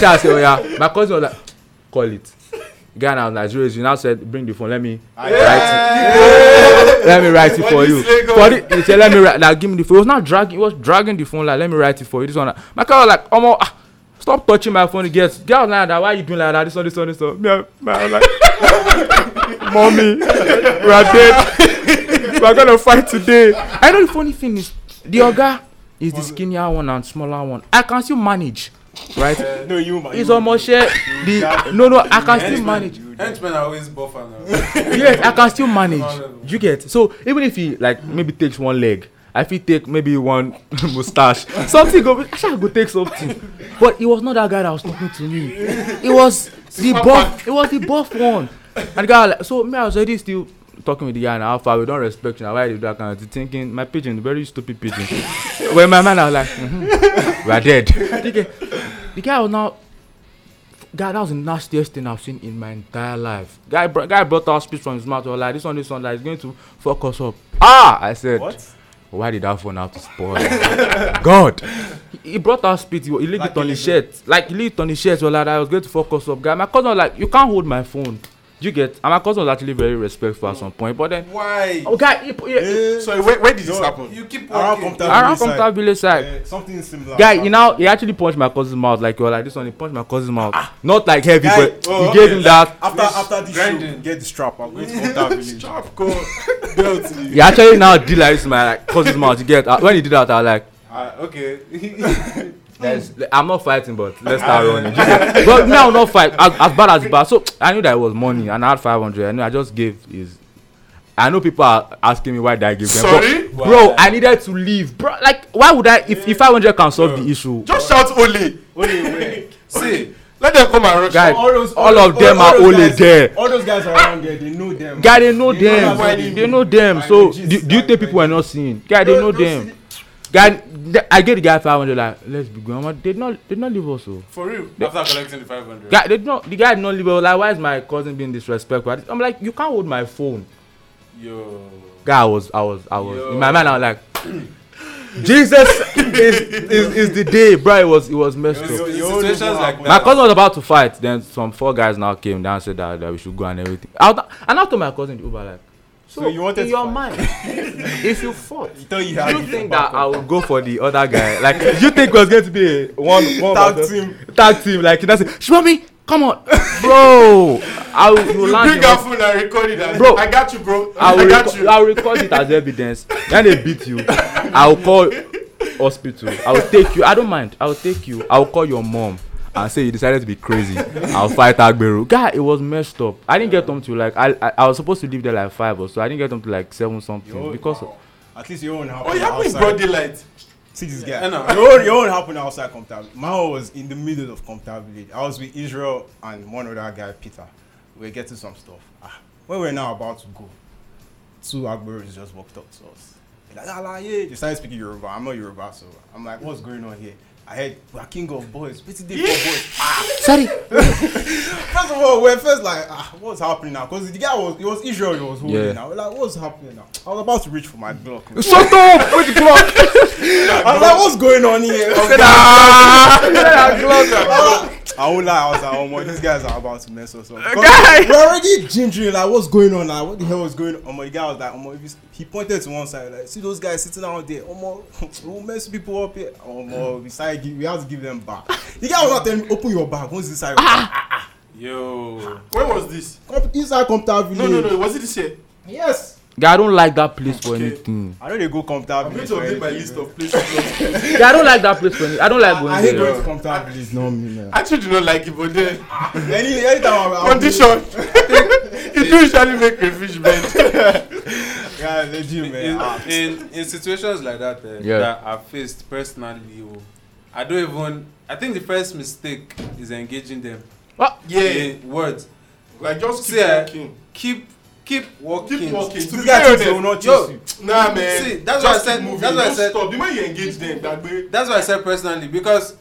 S1: i say oya my cousin was like call it the guy now was like zero zero he now said bring the phone let me let me write it
S2: What
S1: for
S2: is
S1: you
S2: Lagos?
S1: for the he say let me write like give me the phone he was not dragging he was dragging the phone like let me write it for you this one na my guy was like omo ah stop touching my phone again girl na that why you doing like that this one this one this one me and my i was like (laughs) mommy we are dead we are gonna fight today i know the funny thing is the oga is the skinnier one and smaller one i can still manage right
S4: no, you, man.
S1: he's almost share the no no i can still
S3: Henchman-
S1: manage
S3: Henchmen are always buffer now.
S1: (laughs) yes i can still manage
S3: level.
S1: you get so even if he like maybe takes one leg i fit take maybe one (laughs) moustache something go i sha go take something but he was not that guy that was talking to me he was the buff he was the buff one and the guy like so me i was already still talking with the guy na how far we don respect you na why you dey do that kind of thing thinking my pidgin very stupid pidgin but in my mind i was like mhm, (laughs) we are dead the guy the guy was now Guy, that was the nastiest thing I've seen in my entire life. Guy, br- guy brought out speech from his mouth. Was like, this one, this one, that is going to fuck us up. Ah, I said.
S4: What?
S1: Why did that phone have to spoil? (laughs) God. He, he brought out speech. He, he laid
S4: Like
S1: it on
S4: he
S1: his
S4: did.
S1: shirt. Like he laid it on his shirt. Was like, I was going to fuck us up, guy. My cousin was like, you can't hold my phone. You get. And my cousin was actually very respectful at some point. But then,
S3: Why?
S1: oh, guy, he, pu- he, he,
S4: Eh,
S2: So where, where did this
S4: No.
S2: happen?
S3: You keep
S4: around
S3: walking.
S4: Comta
S1: around
S4: Village
S1: from
S4: side.
S1: that village side.
S4: Eh, something similar.
S1: guy you know he actually punched my cousin's mouth like you were like this one he punched my cousin's mouth not like heavy
S4: Ah. Guy,
S1: but
S4: oh,
S1: he gave him that
S4: after after this show,
S3: Grinding.
S4: get the strap. I'm going to Comta (laughs) Village.
S2: Strap go belt
S1: he actually now did like this to my like, cousin's mouth you get uh, when he did that i was like
S3: Ah, okay.
S1: Let's, le- I'm not fighting, but let's
S4: (laughs)
S1: start running. You get- but me, I will not fight as, as bad as the bad. So I knew that it was money, and I had 500. I knew I just gave his. I know people are asking me why did I give them. but
S2: Sorry?
S1: bro, I needed to leave, bro. Like, why would I? If, if 500 can solve the issue,
S2: Just shout Ole. (laughs)
S3: See,
S2: Let them come and rush.
S1: guy, all,
S4: those-
S1: of them
S4: all
S1: are
S4: those
S1: only
S4: guys-
S1: there.
S4: All those guys around there, they know them.
S1: guy they know
S4: They know
S1: them
S4: that's why
S1: they,
S4: they
S1: know them
S4: Like,
S1: so
S4: Jesus,
S1: do, do you
S4: like,
S1: think people were
S4: like-
S1: not seeing guy they
S4: No,
S1: know
S4: no,
S1: them
S4: see-
S1: guy th- i get the guy five hundred like let's be going but they did not they did not leave us o
S3: for real. After collecting the 500.
S1: guy they did not the guy did not leave us like why is my cousin being disrespectful I- i'm like you can't hold my phone
S3: Yo.
S1: guy i was i was i was in my
S3: Yo.
S1: mind i was like (clears throat) jesus is is is the day bro it was it was messed
S3: It
S1: up
S3: was- it was
S4: Yo,
S3: situations
S4: yo,
S3: like
S1: my
S3: that.
S1: cousin was about to fight then some four guys now came down and said that, that we should go and everything i was not, and i told my cousin in the uber like so,
S4: So you wanted
S1: in
S4: to
S1: your
S4: fight? (laughs)
S1: mind if you fought
S4: You thought you had
S1: you
S4: it
S1: think
S4: back
S1: that i will go for the other guy like you think it was going to be a one
S4: (laughs)
S1: one
S4: Tag
S1: versus-
S4: team.
S1: tag team like you know say shmomi come on bro i will you will
S2: You
S1: land
S2: bring
S1: in
S2: her
S1: hos-
S2: phone and record it. and-
S1: Bro.
S2: I got you, bro.
S1: i
S2: I,
S1: will
S2: got
S1: reco-
S2: you.
S1: i will record it as evidence when they beat you i will call hospital i will take you i don't mind i will take you i will call your mom and say you decided to be crazy i will fight agbero guy it was messed up i didn't get home till like I, I i was supposed to leave there like five or so i didn't get home till like seven something
S4: Yo,
S1: because of
S4: At least your own happened
S2: Oh, it happened in
S4: outside.
S2: broad daylight.
S4: See this
S3: I
S4: guy.
S3: know.
S4: Your own, your own happened outside Comta. My own was in the middle of Comta Village. I was with Israel and one other guy, Peter. We were getting some stuff. Ah, when we we're now about to go, two Agberos just walked up to us. They're Like, "Ah, la, yeah." They started speaking Yoruba. I'm not Yoruba, so I'm like, what's going on here? I heard we're king of boys. What's the for boys? Ah.
S1: sorry
S4: (laughs) First of all, we're first like, ah, what's happening now? Because the guy was, it was Israel, he was holding
S1: Yeah.
S4: now. We're like, what's happening now? I was about to reach for my Glock.
S1: Shut up with the clock.
S4: I was Ah, like, what's going on (laughs) here? I won't lie, I was like, oh my, these guys are about to mess us up. Because We're already gingering, like, what's going on? Like, what the hell is going on? Oh my, the guy was like, oh my, if you s- he pointed to one side, like, see those guys sitting out there, (laughs) oh my, we'll mess people up here. Oh my, we started, gi- we had to give them back. The guy was not telling me, open your bag, once inside,
S3: Yo.
S2: When was this?
S4: come, inside Compta Village.
S2: No, no, no. Was it this year?
S4: Yes.
S1: Guy, I don't like that place for
S2: Okay.
S1: anything.
S4: I know they go Compta
S2: I'm going
S4: Village.
S2: to
S4: for
S2: update my
S4: anything,
S2: list
S4: bro.
S2: of places.
S1: Guy, I don't like that place for anything. I don't like
S4: I
S1: going
S4: hate
S1: there.
S4: going to Compta Village, no me, (laughs) man.
S2: I actually do not like it, but then
S4: Any, anytime I'm, I'm
S2: condition. (laughs) you do usually make a fish bend.
S4: Yeah, legit, man. Ah.
S3: in, in in situations like that eh,
S1: Yeah.
S3: that I faced personally, oh, I don't even. I think the first mistake is engaging them.
S2: Yeah,
S3: In words.
S2: like just keep
S3: See, eh,
S2: walking.
S3: Keep keep walking.
S2: Keep walking. To
S4: This
S2: be
S4: guy
S2: fair,
S4: thinks they will
S2: then-
S4: not chase
S3: Yo,
S4: you.
S2: Nah, man.
S3: See, that's
S2: Just
S3: what I
S2: keep
S3: said-
S2: moving.
S3: that's what I
S2: Don't
S3: said-
S2: Stop. The way you engage them, that way.
S3: That's why I said personally because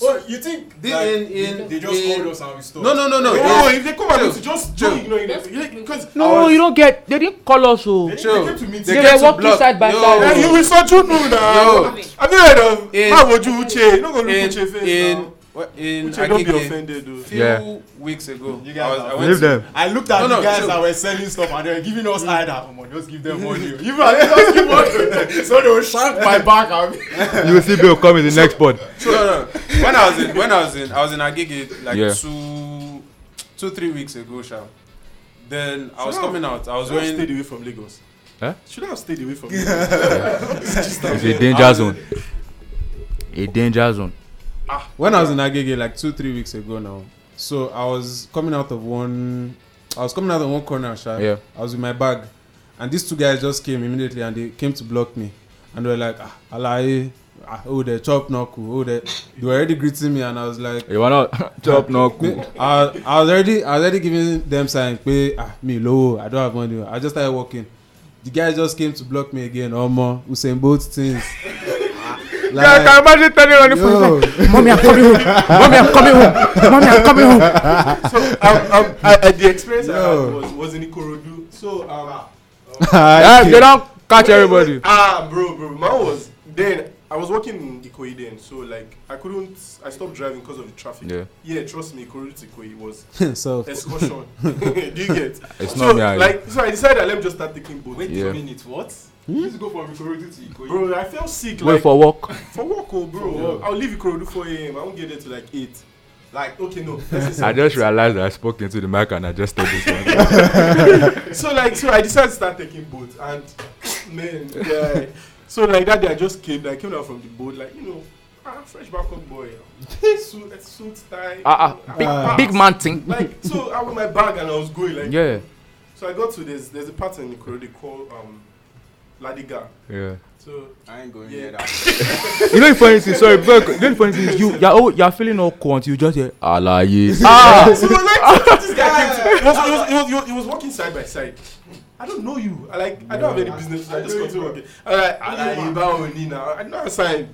S4: Oh, you think
S3: They-
S4: like,
S3: in- in-
S4: they just
S3: in-
S4: called us and we stopped?
S3: no no no no.
S2: No,
S3: it's-
S2: if they come at
S3: Chill.
S2: us, just
S3: Chill.
S2: don't ignore them. Because
S1: No, you don't get. They didn't call us, oh. so.
S2: They
S3: Chill.
S2: came to meet
S3: They
S2: you.
S3: came
S1: They
S3: to
S1: walked you
S3: block.
S1: side by
S3: Yo.
S1: side.
S2: Yeah, you will sort you know now.
S3: Yo.
S2: Have you heard of
S3: In-
S2: how would you Uche? No go look
S3: in
S2: Uche face
S3: in
S2: now.
S3: in
S2: Uche, don't be
S3: Agege,
S2: offended though.
S3: few
S1: Yeah.
S3: weeks ago.
S4: You
S3: I
S4: guys
S3: was,
S4: are-
S3: I went
S1: Leave
S3: to-
S1: them.
S4: I looked at
S3: No,
S4: the
S3: no,
S4: guys
S3: chill.
S4: that were selling stuff and they were giving us either. Come on, just give them money. Even if I just give money. (laughs) So they will shank my back at me.
S1: You will see Bill come in the next (laughs) pod.
S3: No, no. When I was in, when I was in, I was in Agege like
S1: Yeah.
S3: two, two, three weeks ago, sha. Then I was
S2: So,
S3: coming out. I was
S2: Should I have
S3: wearing.
S2: stayed away from Lagos?
S1: Huh?
S2: Should I have stayed away
S3: (laughs)
S2: from Lagos?
S1: It's a danger zone. A danger zone.
S3: When I was in Agege like two, three weeks ago now, so I was coming out of one, I was coming out of one corner, sha.
S1: Yeah.
S3: I was with my bag, and these two guys just came immediately and they came to block me, and they were like, ah, Alaye, ah, oh they chop knock, oh they, they were already greeting me, and I was like.
S1: You wanna chop no cool.
S3: I, I was already I was already giving them sign pé ah mi lowo I don't have money o. I just started working the guy just came to block me again omo Usain Bolt things like
S1: imagine turning on
S4: (laughs)
S3: yo
S1: Mommy, I'm coming home. Mommy, I'm coming home. Mommy, I'm coming home.
S2: so um, um, I, I, the experience I
S3: Yo.
S2: had was, was in Ikorodu. So um,
S1: Yeah, they don't catch everybody.
S2: (laughs) Ah, bro, bro. Mine was then. I was working in Ikoyi then, so like I couldn't. I stopped driving because of the traffic.
S1: Yeah.
S2: Yeah, trust me, Ikorodu to Ikoyi was
S3: so
S2: excursion.
S1: (laughs)
S2: (laughs) Do you get?
S1: It's
S2: so,
S1: not me, I-
S2: Like, so I decided let me just start taking boats.
S1: Wait Yeah. a
S2: minute, what?
S4: Let's go from Ikorodu to Ikoyi.
S2: Bro, I felt sick.
S1: Wait
S2: like,
S1: for work.
S2: For work, oh, bro. I'll leave Ikorodu 4 a.m. I won't get there till like 8. Like, okay, no.
S1: (laughs)
S2: let's
S1: I
S2: say-
S1: just realized I spoke into the mic and I just said this one.
S2: so, like, so I decided to start taking boats. And, man, yeah. So, like, that day I just came. I came down from the boat, like, you know, ah, fresh backup boy. suit, suit tie.
S1: Ah, ah, big,
S2: ah,
S1: big man thing.
S2: Like, so I with my bag and I was going, like,
S1: Yeah,
S2: so I got to this. There's a part in Ikorodu called um, Ladiga.
S1: yeah.
S2: So,
S4: I ain't going
S2: Yeah.
S4: near that.
S1: You know the funny thing, sorry, bro. You know the funny thing is you, you're, all, you're feeling all cool until you just hear, Alaye.
S2: Ah! (laughs) so like this (laughs) guy came to, he, was, he, was, he, was, he, was, he was walking side by side. I don't know you. I like I don't have any business. I just got to work. I like I like Iba Oni now. I know a sign.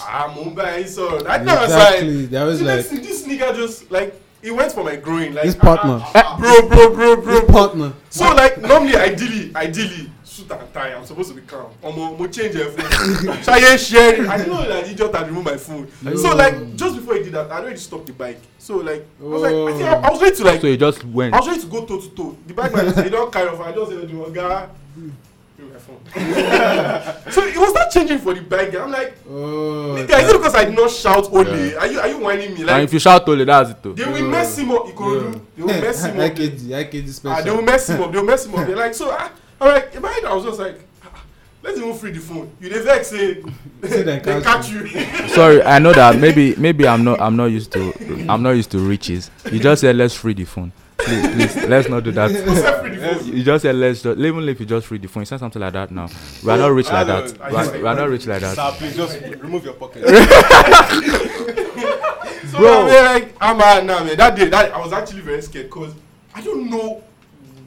S2: Ah Mumbai son. I know a
S3: exactly
S2: sign.
S3: there was
S2: The
S3: like
S2: next thing, this nigga just like he went for my growing like
S3: His
S2: ah,
S3: partner.
S2: ah, ah, bro, bro, bro, bro, bro.
S3: partner
S2: So like normally ideally ideally suit and tie I'm supposed to be calm. Omo mo change
S3: (laughs)
S2: everything. Shaye share. I didn't know that idiot had removed my phone. So like just before he did that I already stopped the bike. So like I was like I, think
S3: Oh.
S2: I, I was ready to like
S1: So you just went. (laughs)
S2: I was ready to go toe to toe. The bike man he don carry off. I just said to him oga give me my phone. (laughs) so it was not changing for the bike guy. I'm like
S4: Oh,
S2: nigga is it because I did not shout only? Are you are you whining me?
S1: and
S2: Like
S1: if you shout only, that's it. Too.
S2: they will mess him up Ikorodu. They will (laughs) mess him up.
S4: IKG
S2: Ah, they will mess him up. They will mess him up. They're like, so I, I'm like, in my head, I was just like, ah, let's even free the phone. You dey vex,
S4: Say
S2: say, (laughs) they
S4: they catch
S2: catch you. (laughs)
S1: Sorry, I know that maybe maybe I'm not I'm not used to I'm not used to riches. You just said let's free the phone. Please, please, let's not do that.
S2: Except free the phone.
S1: You just said let's just even if you just free the phone, you said something like that now. We are not rich like that. We are, we are not rich like that.
S4: Sir, please just remove your pocket.
S2: So
S1: Bro.
S2: I'm like, I'm out now, man. That day, that I was actually very scared because I don't know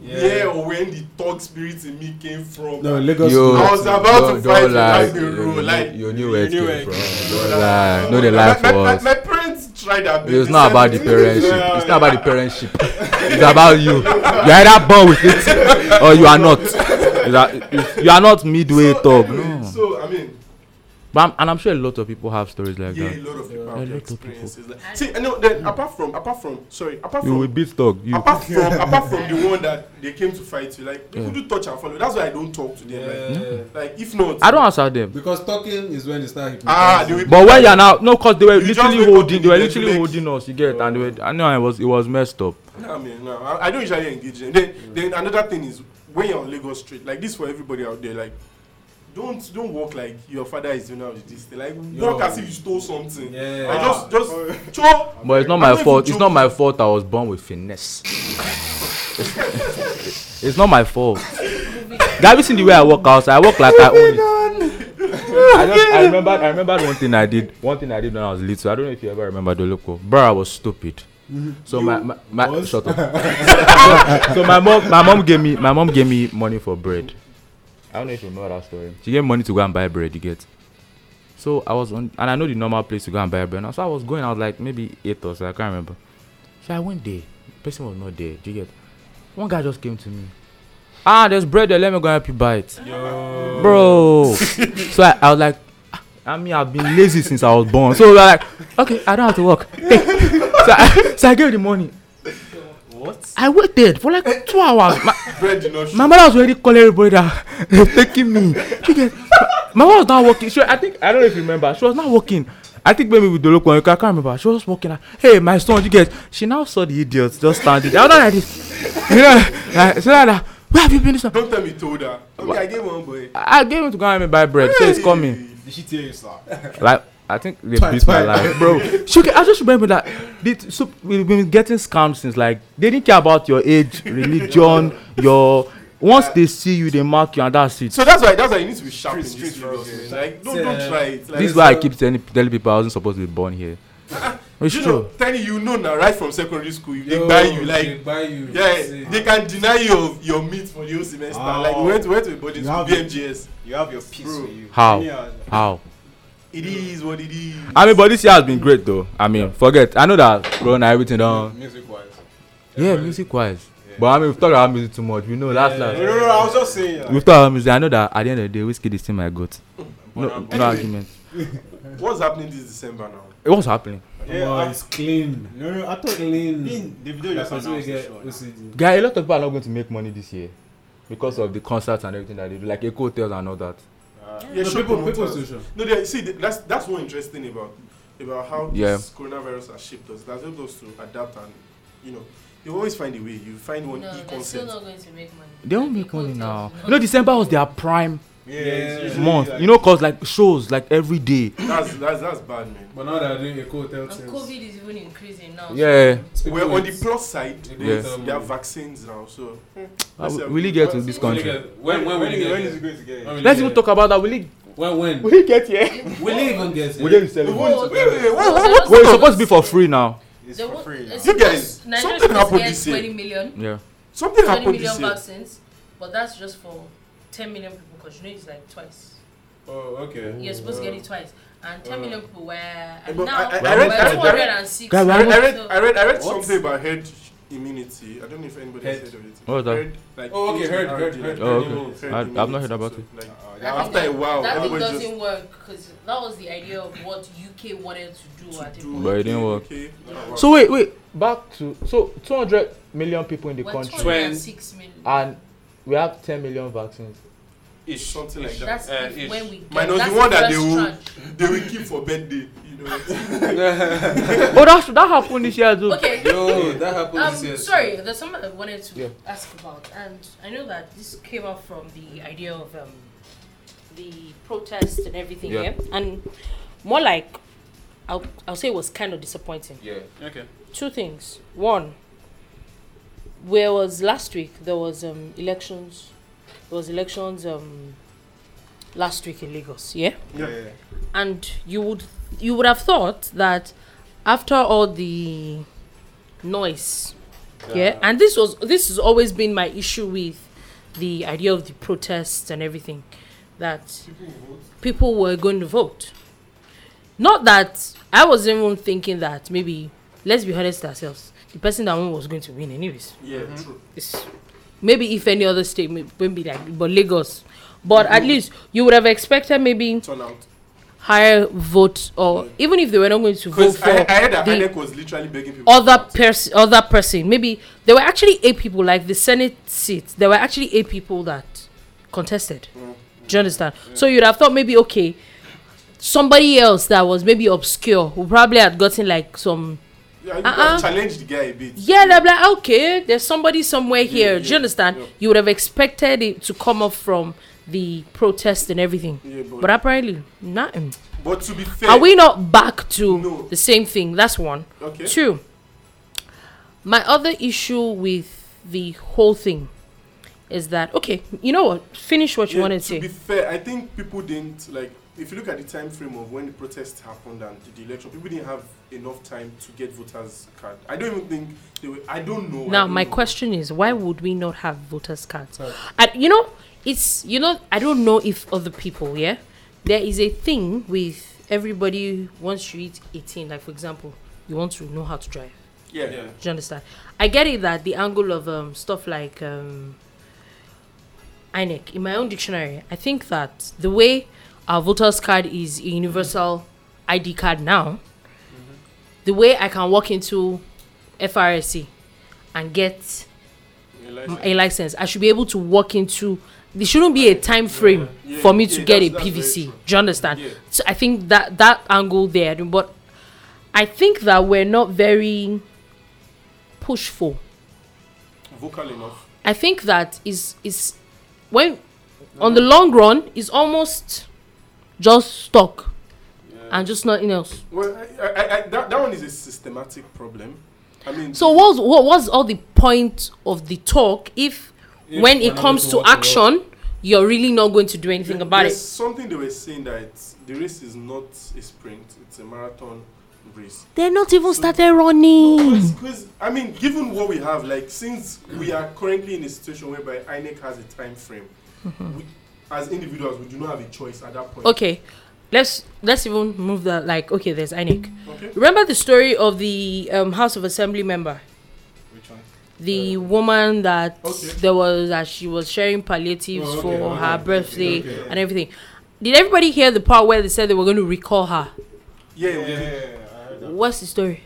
S2: where or when the dog spirit in me came from.
S4: no, Lagos.
S1: Yo,
S2: I was about to
S1: don't-
S2: fight
S1: don't
S2: you,
S1: lie.
S2: that's the rule,
S1: You,
S2: like,
S1: knew- you knew where it
S4: you knew
S1: came
S4: where it
S1: from. Don't lie. No, they lie
S2: Uh, my, my,
S1: for
S2: my,
S1: us.
S2: my parents tried that. babe.
S1: It's
S2: They
S1: not
S2: said-
S1: about the parentship. It's not about the parentship. It's about you. You're either born with it or you are not. It's a- You are not midway
S2: so,
S1: up.
S2: anyway,
S1: No.
S2: so I mean,
S1: But I'm, and I'm sure a lot of people have stories like
S2: yeah, a
S1: that.
S2: lot of people
S1: A
S2: have
S1: lot
S2: their
S1: of people.
S2: experiences. Like, see, I know. Then apart from, apart from, sorry, apart
S1: You will
S2: from,
S1: beat dog. You.
S2: apart from, apart from
S1: (laughs)
S2: the one that they came to fight you, like people
S1: Yeah. Hmm?
S2: do touch and follow. That's why I don't talk to them. Like,
S6: Yeah.
S2: like if not,
S1: I don't answer them.
S6: Because talking is when they start hypnotizing.
S2: Ah, they will.
S1: But when you're now, no, cause they were
S2: You just
S1: literally
S2: wake up
S1: holding,
S2: in
S1: they were
S2: the
S1: literally
S2: next-
S1: holding us. You get, and they were, I know it was, it was messed up.
S2: Nah, man, nah. I, I don't usually engage them. Then,
S4: Mm.
S2: then another thing is when you're on Lagos Street, like this for everybody out there, like. Don't don't walk like your father is doing out with this thing. Like
S6: Yo.
S2: walk as if you stole something.
S6: Yeah.
S2: Like, just
S4: Oh.
S2: just cho.
S1: But it's not
S2: I don't know
S1: my
S2: if you
S1: fault. It's
S2: joke-
S1: not my fault. I was born with finesse. it's not my fault. Have you seen the way I walk outside? I walk like I own it. I, just, I remember. I remember one thing I did. One thing I did when I was little. I don't know if you ever remember the local. Bro, I was stupid. So my, my, my
S6: was?
S1: shut up. so, so my mom my mom gave me my mom gave me money for bread. I don't know if you remember that story. She gave me money to go and buy bread. You get. So I was on, and I know the normal place to go and buy bread. now. So I was going, I was like maybe eight or so, I can't remember. So I went there. Person was not there. Do you get? One guy just came to me. Ah, there's bread there. Let me go help you buy it, bro. so I, I was like, "Ah, I mean, I've been lazy since I was born. So I was like, okay, I don't have to work. (laughs) so, I, so I gave the money. What? I waited for like two hours. My-
S2: Bread did not show.
S1: my mother was already calling everybody that they're taking me. She gets, my mother was not working. She, I think I don't know if you remember. She was not working. I think maybe with the local, I can't remember. She was just walking. Like, hey, my son, you get. She now saw the idiots just standing. I was not like this. You know, like, so like that. Where have you been? This one?"
S2: Don't tell me told her. Okay, I gave one boy.
S1: I I gave him to go and buy bread. So it's coming.
S4: Did she tear you, sir?
S1: Like I think they
S6: Twice,
S1: beat my
S6: twice.
S1: life, bro. She, I just remember that the, so we've been getting scammed since like they didn't care about your age, (laughs) religion, your. Once they see you, they mark you, and that's it.
S2: So that's why that's why you need to be sharp in
S4: Street,
S2: this
S4: street
S2: world,
S4: rules,
S2: man. Like don't don't
S6: Yeah.
S2: try it. Like,
S1: This is
S2: so-
S1: why I keep telling, telling people I wasn't supposed to be born here. It's
S2: you know,
S1: true.
S2: Tiny, you know now, right from secondary school, you,
S6: Yo,
S2: they buy you
S6: they
S2: like.
S6: buy you.
S2: Yeah,
S6: See.
S2: they can deny you of your meat for your semester.
S4: Oh.
S2: Like we went, we went to a
S4: You
S2: boarding school,
S4: have it.
S2: BMGS.
S4: You have your peace
S2: Bro.
S4: with you.
S1: How?
S4: Yeah.
S1: How?
S2: It is what it is.
S1: I mean, but this year has been great though. I mean, forget. I know that Corona, everything done.
S6: Music wise.
S1: Yeah, music wise. But I mean, we've talked about music too much. We know last
S4: No,
S1: last.
S4: no, no, I was just saying. Like,
S1: We've talked about music. I know that at the end of the day, whiskey is still my goat. No, no argument.
S2: What's happening this December now?
S1: It was happening.
S4: Yeah,
S6: oh,
S4: I-
S6: it's clean.
S4: no, no, I thought
S6: Clean.
S4: in the video
S6: That's
S4: just
S6: why we
S4: announced the
S6: get
S4: show. now.
S6: OCD.
S1: Guy, a lot of people are not going to make money this year because of the concerts and everything that they do, like Echo Hotels and all that.
S6: No,
S2: Yeah, show
S6: people, people
S2: promoters.
S6: social.
S2: No, they, see, th- that's that's one interesting about about how
S1: Yeah.
S2: this coronavirus has shaped us. That's helped us to adapt and you know, you always find a way. You find one
S5: No,
S2: e
S5: they're still
S2: concept.
S5: not going to make money.
S1: They don't make
S5: Echo
S1: money now.
S5: Hotels,
S1: You know, December was their prime
S4: Yeah, it's
S6: Yeah.
S4: usually
S1: month.
S4: like-
S1: You know, cause like shows like every day.
S2: That's that's that's bad, man.
S6: But now they're doing a hotel
S5: And COVID is even increasing now. so-
S1: Yeah.
S2: Well, on the plus side,
S6: They
S2: there's,
S6: don't-
S2: there are vaccines now, so hmm.
S1: I will Ah, really get to this country.
S6: When, when,
S4: when,
S6: will it
S4: is-
S6: get
S4: when
S6: here?
S4: is it going to get?
S6: When
S4: here?
S6: will it
S1: Let's
S6: get
S1: even talk about that. Will he,
S6: here? When, (laughs) when?
S1: will he get here?
S6: Will it even get here? (laughs)
S1: Will they sell
S5: The
S1: it?
S5: whole-
S2: Wait, wait, wait, what-
S5: the
S2: what-
S5: whole-
S1: Well, it's supposed to be for free now.
S4: It's
S5: the
S4: for
S5: whole-
S4: free.
S5: it's
S4: now.
S2: You
S5: supposed-
S2: guys, something
S5: Nigeria supposed to
S2: happened
S5: get
S2: this year.
S5: 20 million,
S1: Yeah.
S2: something
S5: 20
S2: happened
S5: million
S2: this year.
S5: vaccines, but that's just for 10 million people because you know it's like twice.
S6: Oh, okay.
S5: You're supposed to get it twice. And 10 million
S6: Uh.
S5: people were. And
S2: eh, But
S5: now,
S2: I- I-
S5: we're
S1: I read- I read-
S5: 206.
S1: Guys,
S2: I read, I read,
S5: So-
S2: I read, I read
S4: What?
S2: something about herd immunity. I don't know if anybody
S6: Herd.
S2: has heard of it.
S1: What was that?
S2: Herd, like,
S6: Oh, okay, herd, herd,
S2: immunity,
S6: herd,
S2: like,
S1: Oh, okay.
S2: animals, herd
S1: I- I've not
S2: immunity,
S1: heard about
S2: so,
S1: it.
S2: like,
S4: Uh,
S6: Yeah,
S5: Ah, That
S2: after
S5: thing-
S2: a while,
S5: that thing
S2: everybody just-
S5: doesn't work because that was the idea of what UK wanted to do at the
S2: do
S5: moment.
S1: But it didn't
S2: okay,
S1: work.
S2: okay.
S1: So wait, wait. Back to so 200 million people in the
S5: We're
S1: country,
S5: 206 million.
S2: Ah.
S1: and we have 10 million vaccines.
S3: Ish.
S2: something like that.
S5: That's
S3: Uh,
S5: if-
S3: ish.
S5: when we get
S2: Minus
S5: that's
S2: the one that
S5: first
S2: they will-
S5: tranche.
S2: They will keep for birthday, you know.
S1: oh, that that happened this year too.
S2: (laughs)
S5: Okay.
S3: Yo, that happened
S5: Um,
S3: this year.
S5: sorry, there's something I wanted to
S1: Yeah.
S5: ask about, and I know that this came up from the idea of um, the protest and everything,
S1: Yeah.
S5: yeah. And more like, I'll, I'll say it was kind of disappointing.
S1: Yeah.
S3: Okay.
S5: Two things. One, where was last week? There was um, elections. There was elections um, last week in Lagos. Yeah
S4: Yeah.
S5: and you would you would have thought that after all the noise yeah, and this was this has always been my issue with the idea of the protests and everything that people were going to vote not that i was even thinking that maybe let's be honest ourselves the person that won was going to win anyways
S2: Yeah, true.
S5: it's, maybe if any other state may- maybe like but lagos but at least you would have expected maybe
S2: Turn out.
S5: higher vote or even if they were not going to vote
S2: Because
S5: for
S2: I, I heard that
S5: the
S2: Hayek was literally begging people.
S5: other person other person maybe there were actually eight people like the senate seat there were actually eight people that contested do you understand so you'd have thought maybe okay somebody else that was maybe obscure who probably had gotten like some
S2: yeah, you
S5: Uh-uh.
S2: can challenge the guy a bit.
S5: yeah they're like okay there's somebody somewhere here do you
S2: yeah,
S5: understand
S2: yeah.
S5: you would have expected it to come up from the protest and everything
S2: Yeah, but,
S5: but
S2: but,
S5: apparently nothing
S2: to be fair,
S5: are we not back to
S2: No.
S5: the same thing that's one
S2: okay?
S5: Two. My other issue with the whole thing is that okay, you know what? Finish what you
S2: Yeah,
S5: wanted
S2: to
S5: to
S2: be
S5: say.
S2: fair, I think people didn't like. If you look at the time frame of when the protest happened and the election, people didn't have enough time to get voters' card. I don't even think they were. I don't know. I
S5: Now
S2: don't
S5: my
S2: know.
S5: question is why would we not have voters cards?
S6: Sorry.
S5: And you know, it's you know I don't know if other people, yeah. There is a thing with everybody once you hit 18, like for example, you want to know how to drive.
S2: Yeah.
S3: Yeah.
S5: Do you understand? I get it that the angle of um, stuff like um, INEC, in my own dictionary, I think that the way our voters card is a universal ID card now, the way I can walk into FRSC and get m- a license, I should be able to walk into. There shouldn't be a time frame
S2: Yeah,
S5: for me to
S2: yeah,
S5: get a
S2: that's- that's very
S5: PVC.
S2: true.
S5: Do you understand?
S2: Yeah.
S5: So I think that that angle there, but I think that we're not very pushful. eh.
S2: Vocal enough.
S5: I think that is is when on the long run is almost just stuck and just nothing else.
S2: Well, I, I, I, that, that one is a systematic problem. I mean,
S5: So what's what was all the point of the talk if,
S6: If
S5: when
S6: we're
S5: it
S6: not
S5: comes
S6: going to
S5: to
S6: work it out.
S5: action you're really not going to do anything
S2: There-
S5: about
S2: there's
S5: it?
S2: something they were saying that it's- the race is not a sprint; it's a marathon race.
S5: They're not even
S2: So-
S5: started running.
S2: Because I mean, given what we have, like since we are currently in a situation whereby INEC has a time frame, we, as individuals, we do not have a choice at that point.
S5: Mm-hmm. Okay, let's let's even move that like okay. There's Anik.
S2: Okay?
S5: Remember the story of the um, House of Assembly member.
S4: Which one?
S5: the woman that
S2: Okay.
S5: there was that she was sharing palliatives
S6: Oh, okay,
S5: for
S6: okay,
S5: her
S6: okay,
S5: birthday
S6: okay.
S5: and everything. Did everybody hear the part where they said they were going to recall her?
S2: Yeah.
S4: Yeah,
S2: we
S4: yeah,
S2: did.
S4: yeah, I heard that.
S5: What's the story?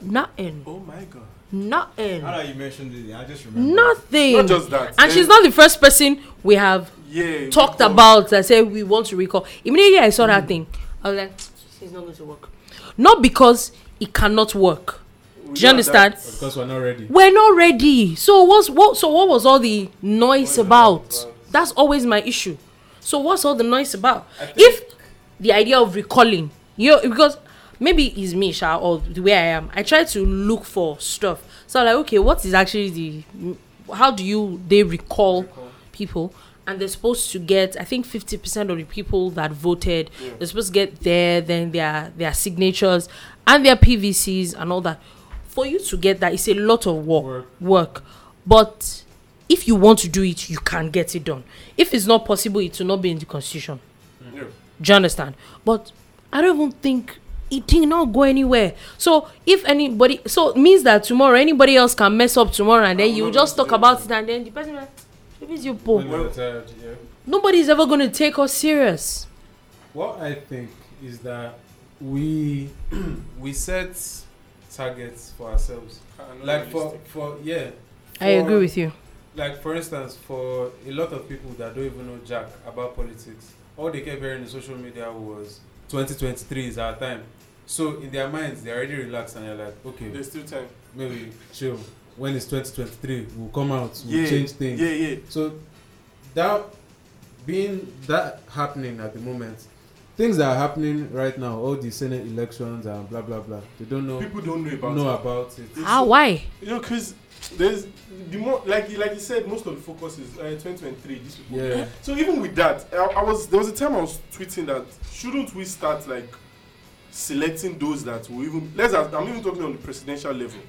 S5: Nothing.
S2: Oh my god.
S5: Nothing.
S4: Now that you mentioned it, I just remember.
S5: Nothing.
S2: Not just that.
S5: and she's not the first person we have
S2: yeah,
S5: talked
S2: because-
S5: about that said we want to recall. Immediately I saw that thing, I was like, she's not going to work. Not because it cannot work.
S2: we
S5: Do you
S2: know
S5: understand?
S2: that-
S6: Because we're not ready.
S5: we're not ready so what's what so what was all the noise about that's always my issue so what's all the noise about if the idea of recalling you know because maybe it's me sha or the way i am i try to look for stuff so I'm like okay what is actually the how do you they recall, people and they're supposed to get i think 50% of the people that voted they're supposed to get there then their their signatures and their pvcs and all that for you to get that it's a lot of work work, but if you want to do it you can get it done if it's not possible it will not be in the constitution
S2: Yeah.
S5: do you understand? But I don't even think it did not go anywhere. So if anybody, so it means that tomorrow anybody else can mess up tomorrow, and then you just talk about it, and then the person, will like, it is your
S6: When
S5: poor.
S6: we're tired, yeah.
S5: Nobody's ever going to take us serious.
S6: What I think is that we (clears throat) we set targets for ourselves.
S2: and
S6: Like for
S2: unrealistic.
S6: for yeah.
S5: I agree
S6: for-
S5: with you.
S6: like for instance for a lot of people that don't even know jack about politics all they kept hearing in social media was 2023 is our time so in their minds they're already relaxed and they're like okay
S2: There's still time.
S6: maybe chill when it's 2023 we'll come out we'll
S2: Yeah.
S6: change things
S2: Yeah, yeah.
S6: so that being that happening at the moment things that are happening right now all the senate elections and blah blah blah they don't know
S2: People don't know about
S6: know
S2: it.
S6: about it
S2: It's
S5: Ah,
S2: so-
S5: why?
S2: You know, because there's the more like like you said, most of the focus is uh, 2023. These people.
S6: yeah
S2: So even with that, I, I was there was a time I was tweeting that shouldn't we start like selecting those that will even let's ask, I'm even talking on the presidential level,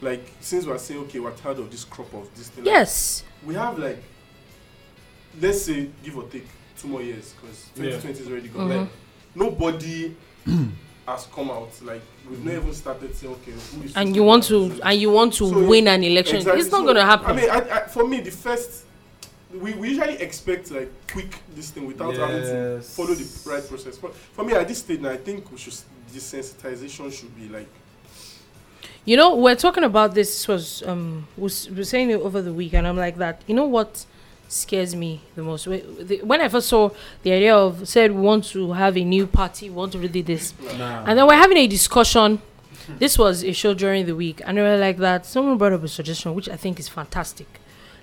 S2: like since we're saying okay we're tired of this crop of this thing. like,
S5: Yes.
S2: we have like let's say give or take two more years because
S6: Yeah.
S2: 2020 is already gone.
S5: Mhm.
S2: Like, nobody (clears throat) has come out like we've not even started saying okay. Who is
S5: And
S2: this
S5: you
S2: person that
S5: want
S2: is
S5: to
S2: doing
S5: and you want to
S2: So,
S5: win an election?
S2: Exactly.
S5: It's not
S2: So,
S5: going to happen.
S2: I mean, I, I, for me, the first we, we usually expect like quick this thing without having to
S6: Yes.
S2: follow the right process. But for me, at this stage, now, I think we should desensitization should be like
S5: You know, we're talking about this. this was um, was we were saying it over the week, and I'm like that. You know what scares me the most? Wh- the- When I first saw the idea of said we want to have a new party, we want to really this,
S6: Nah.
S5: and then we're having a discussion. This was a show during the week, and we were like that. Someone brought up a suggestion, which I think is fantastic.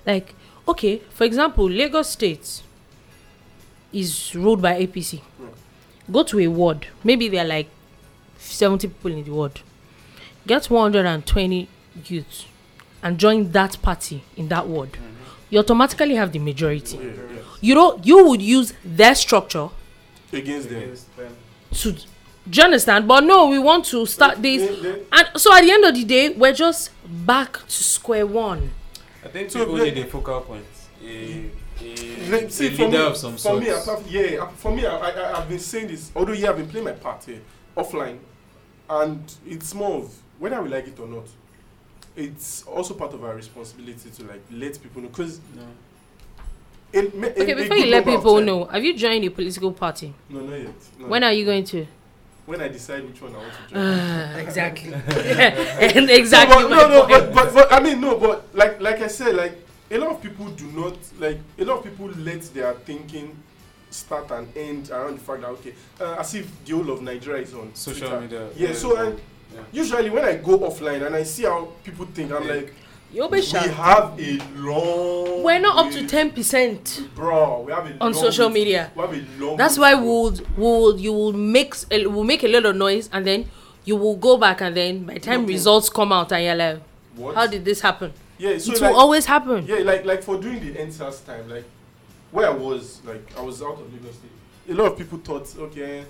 S5: Like, okay, for example, Lagos State is ruled by APC. Go to a ward. Maybe there are like 70 people in the ward get 120 youths and join that party in that ward you automatically have the majority you know you would use their structure
S2: against them.
S6: Against them.
S5: to do you understand but no we want to start this
S2: They- they-
S5: and so at the end of the day we're just back to square one
S6: I think
S2: So,
S6: people
S2: but-
S6: need a focal point. A, a,
S2: Like, see,
S6: a
S2: for me,
S6: leader of some
S2: for
S6: sort.
S2: me, apart, yeah, uh, for me, I, I, I- I've been saying this. Although yeah, I've been playing my part here offline, and it's more of whether we like it or not. It's also part of our responsibility to like let people know because
S6: No.
S5: okay before you let people know have you joined a political party
S2: No, not yet. No.
S5: when are you
S2: (laughs)
S5: going to
S2: when I decide which one I want to join.
S5: uh, exactly (laughs) And
S2: No,
S5: exactly
S2: but,
S5: my
S2: no, no, but,
S5: point.
S2: but, but I mean, no, but like, like I said, like a lot of people do not like a lot of people let their thinking start and end around the fact that okay, uh, as if the whole of Nigeria is on
S6: Social
S2: Twitter.
S6: media.
S2: Yeah, so and
S6: Yeah.
S2: usually when I go offline and I see how people think, I'm like,
S5: you'll be
S2: we
S5: shocked
S2: have a long.
S5: we're not up to
S2: way-
S5: 10 percent
S2: Bro, we have a
S5: on
S2: long
S5: social
S2: way-
S5: media.
S2: We have a long.
S5: That's
S2: way to
S5: why
S2: go.
S5: we'll we'll you will make s- a, will make a lot of noise and then you will go back and then by the time
S2: Okay.
S5: results come out and you're like,
S2: What?
S5: how did this happen?
S2: yeah? So
S5: it
S2: like,
S5: will always happen.
S2: Yeah, like like for doing the NSAS time, like where I was, like I was out of Lagos State. A lot of people thought, okay,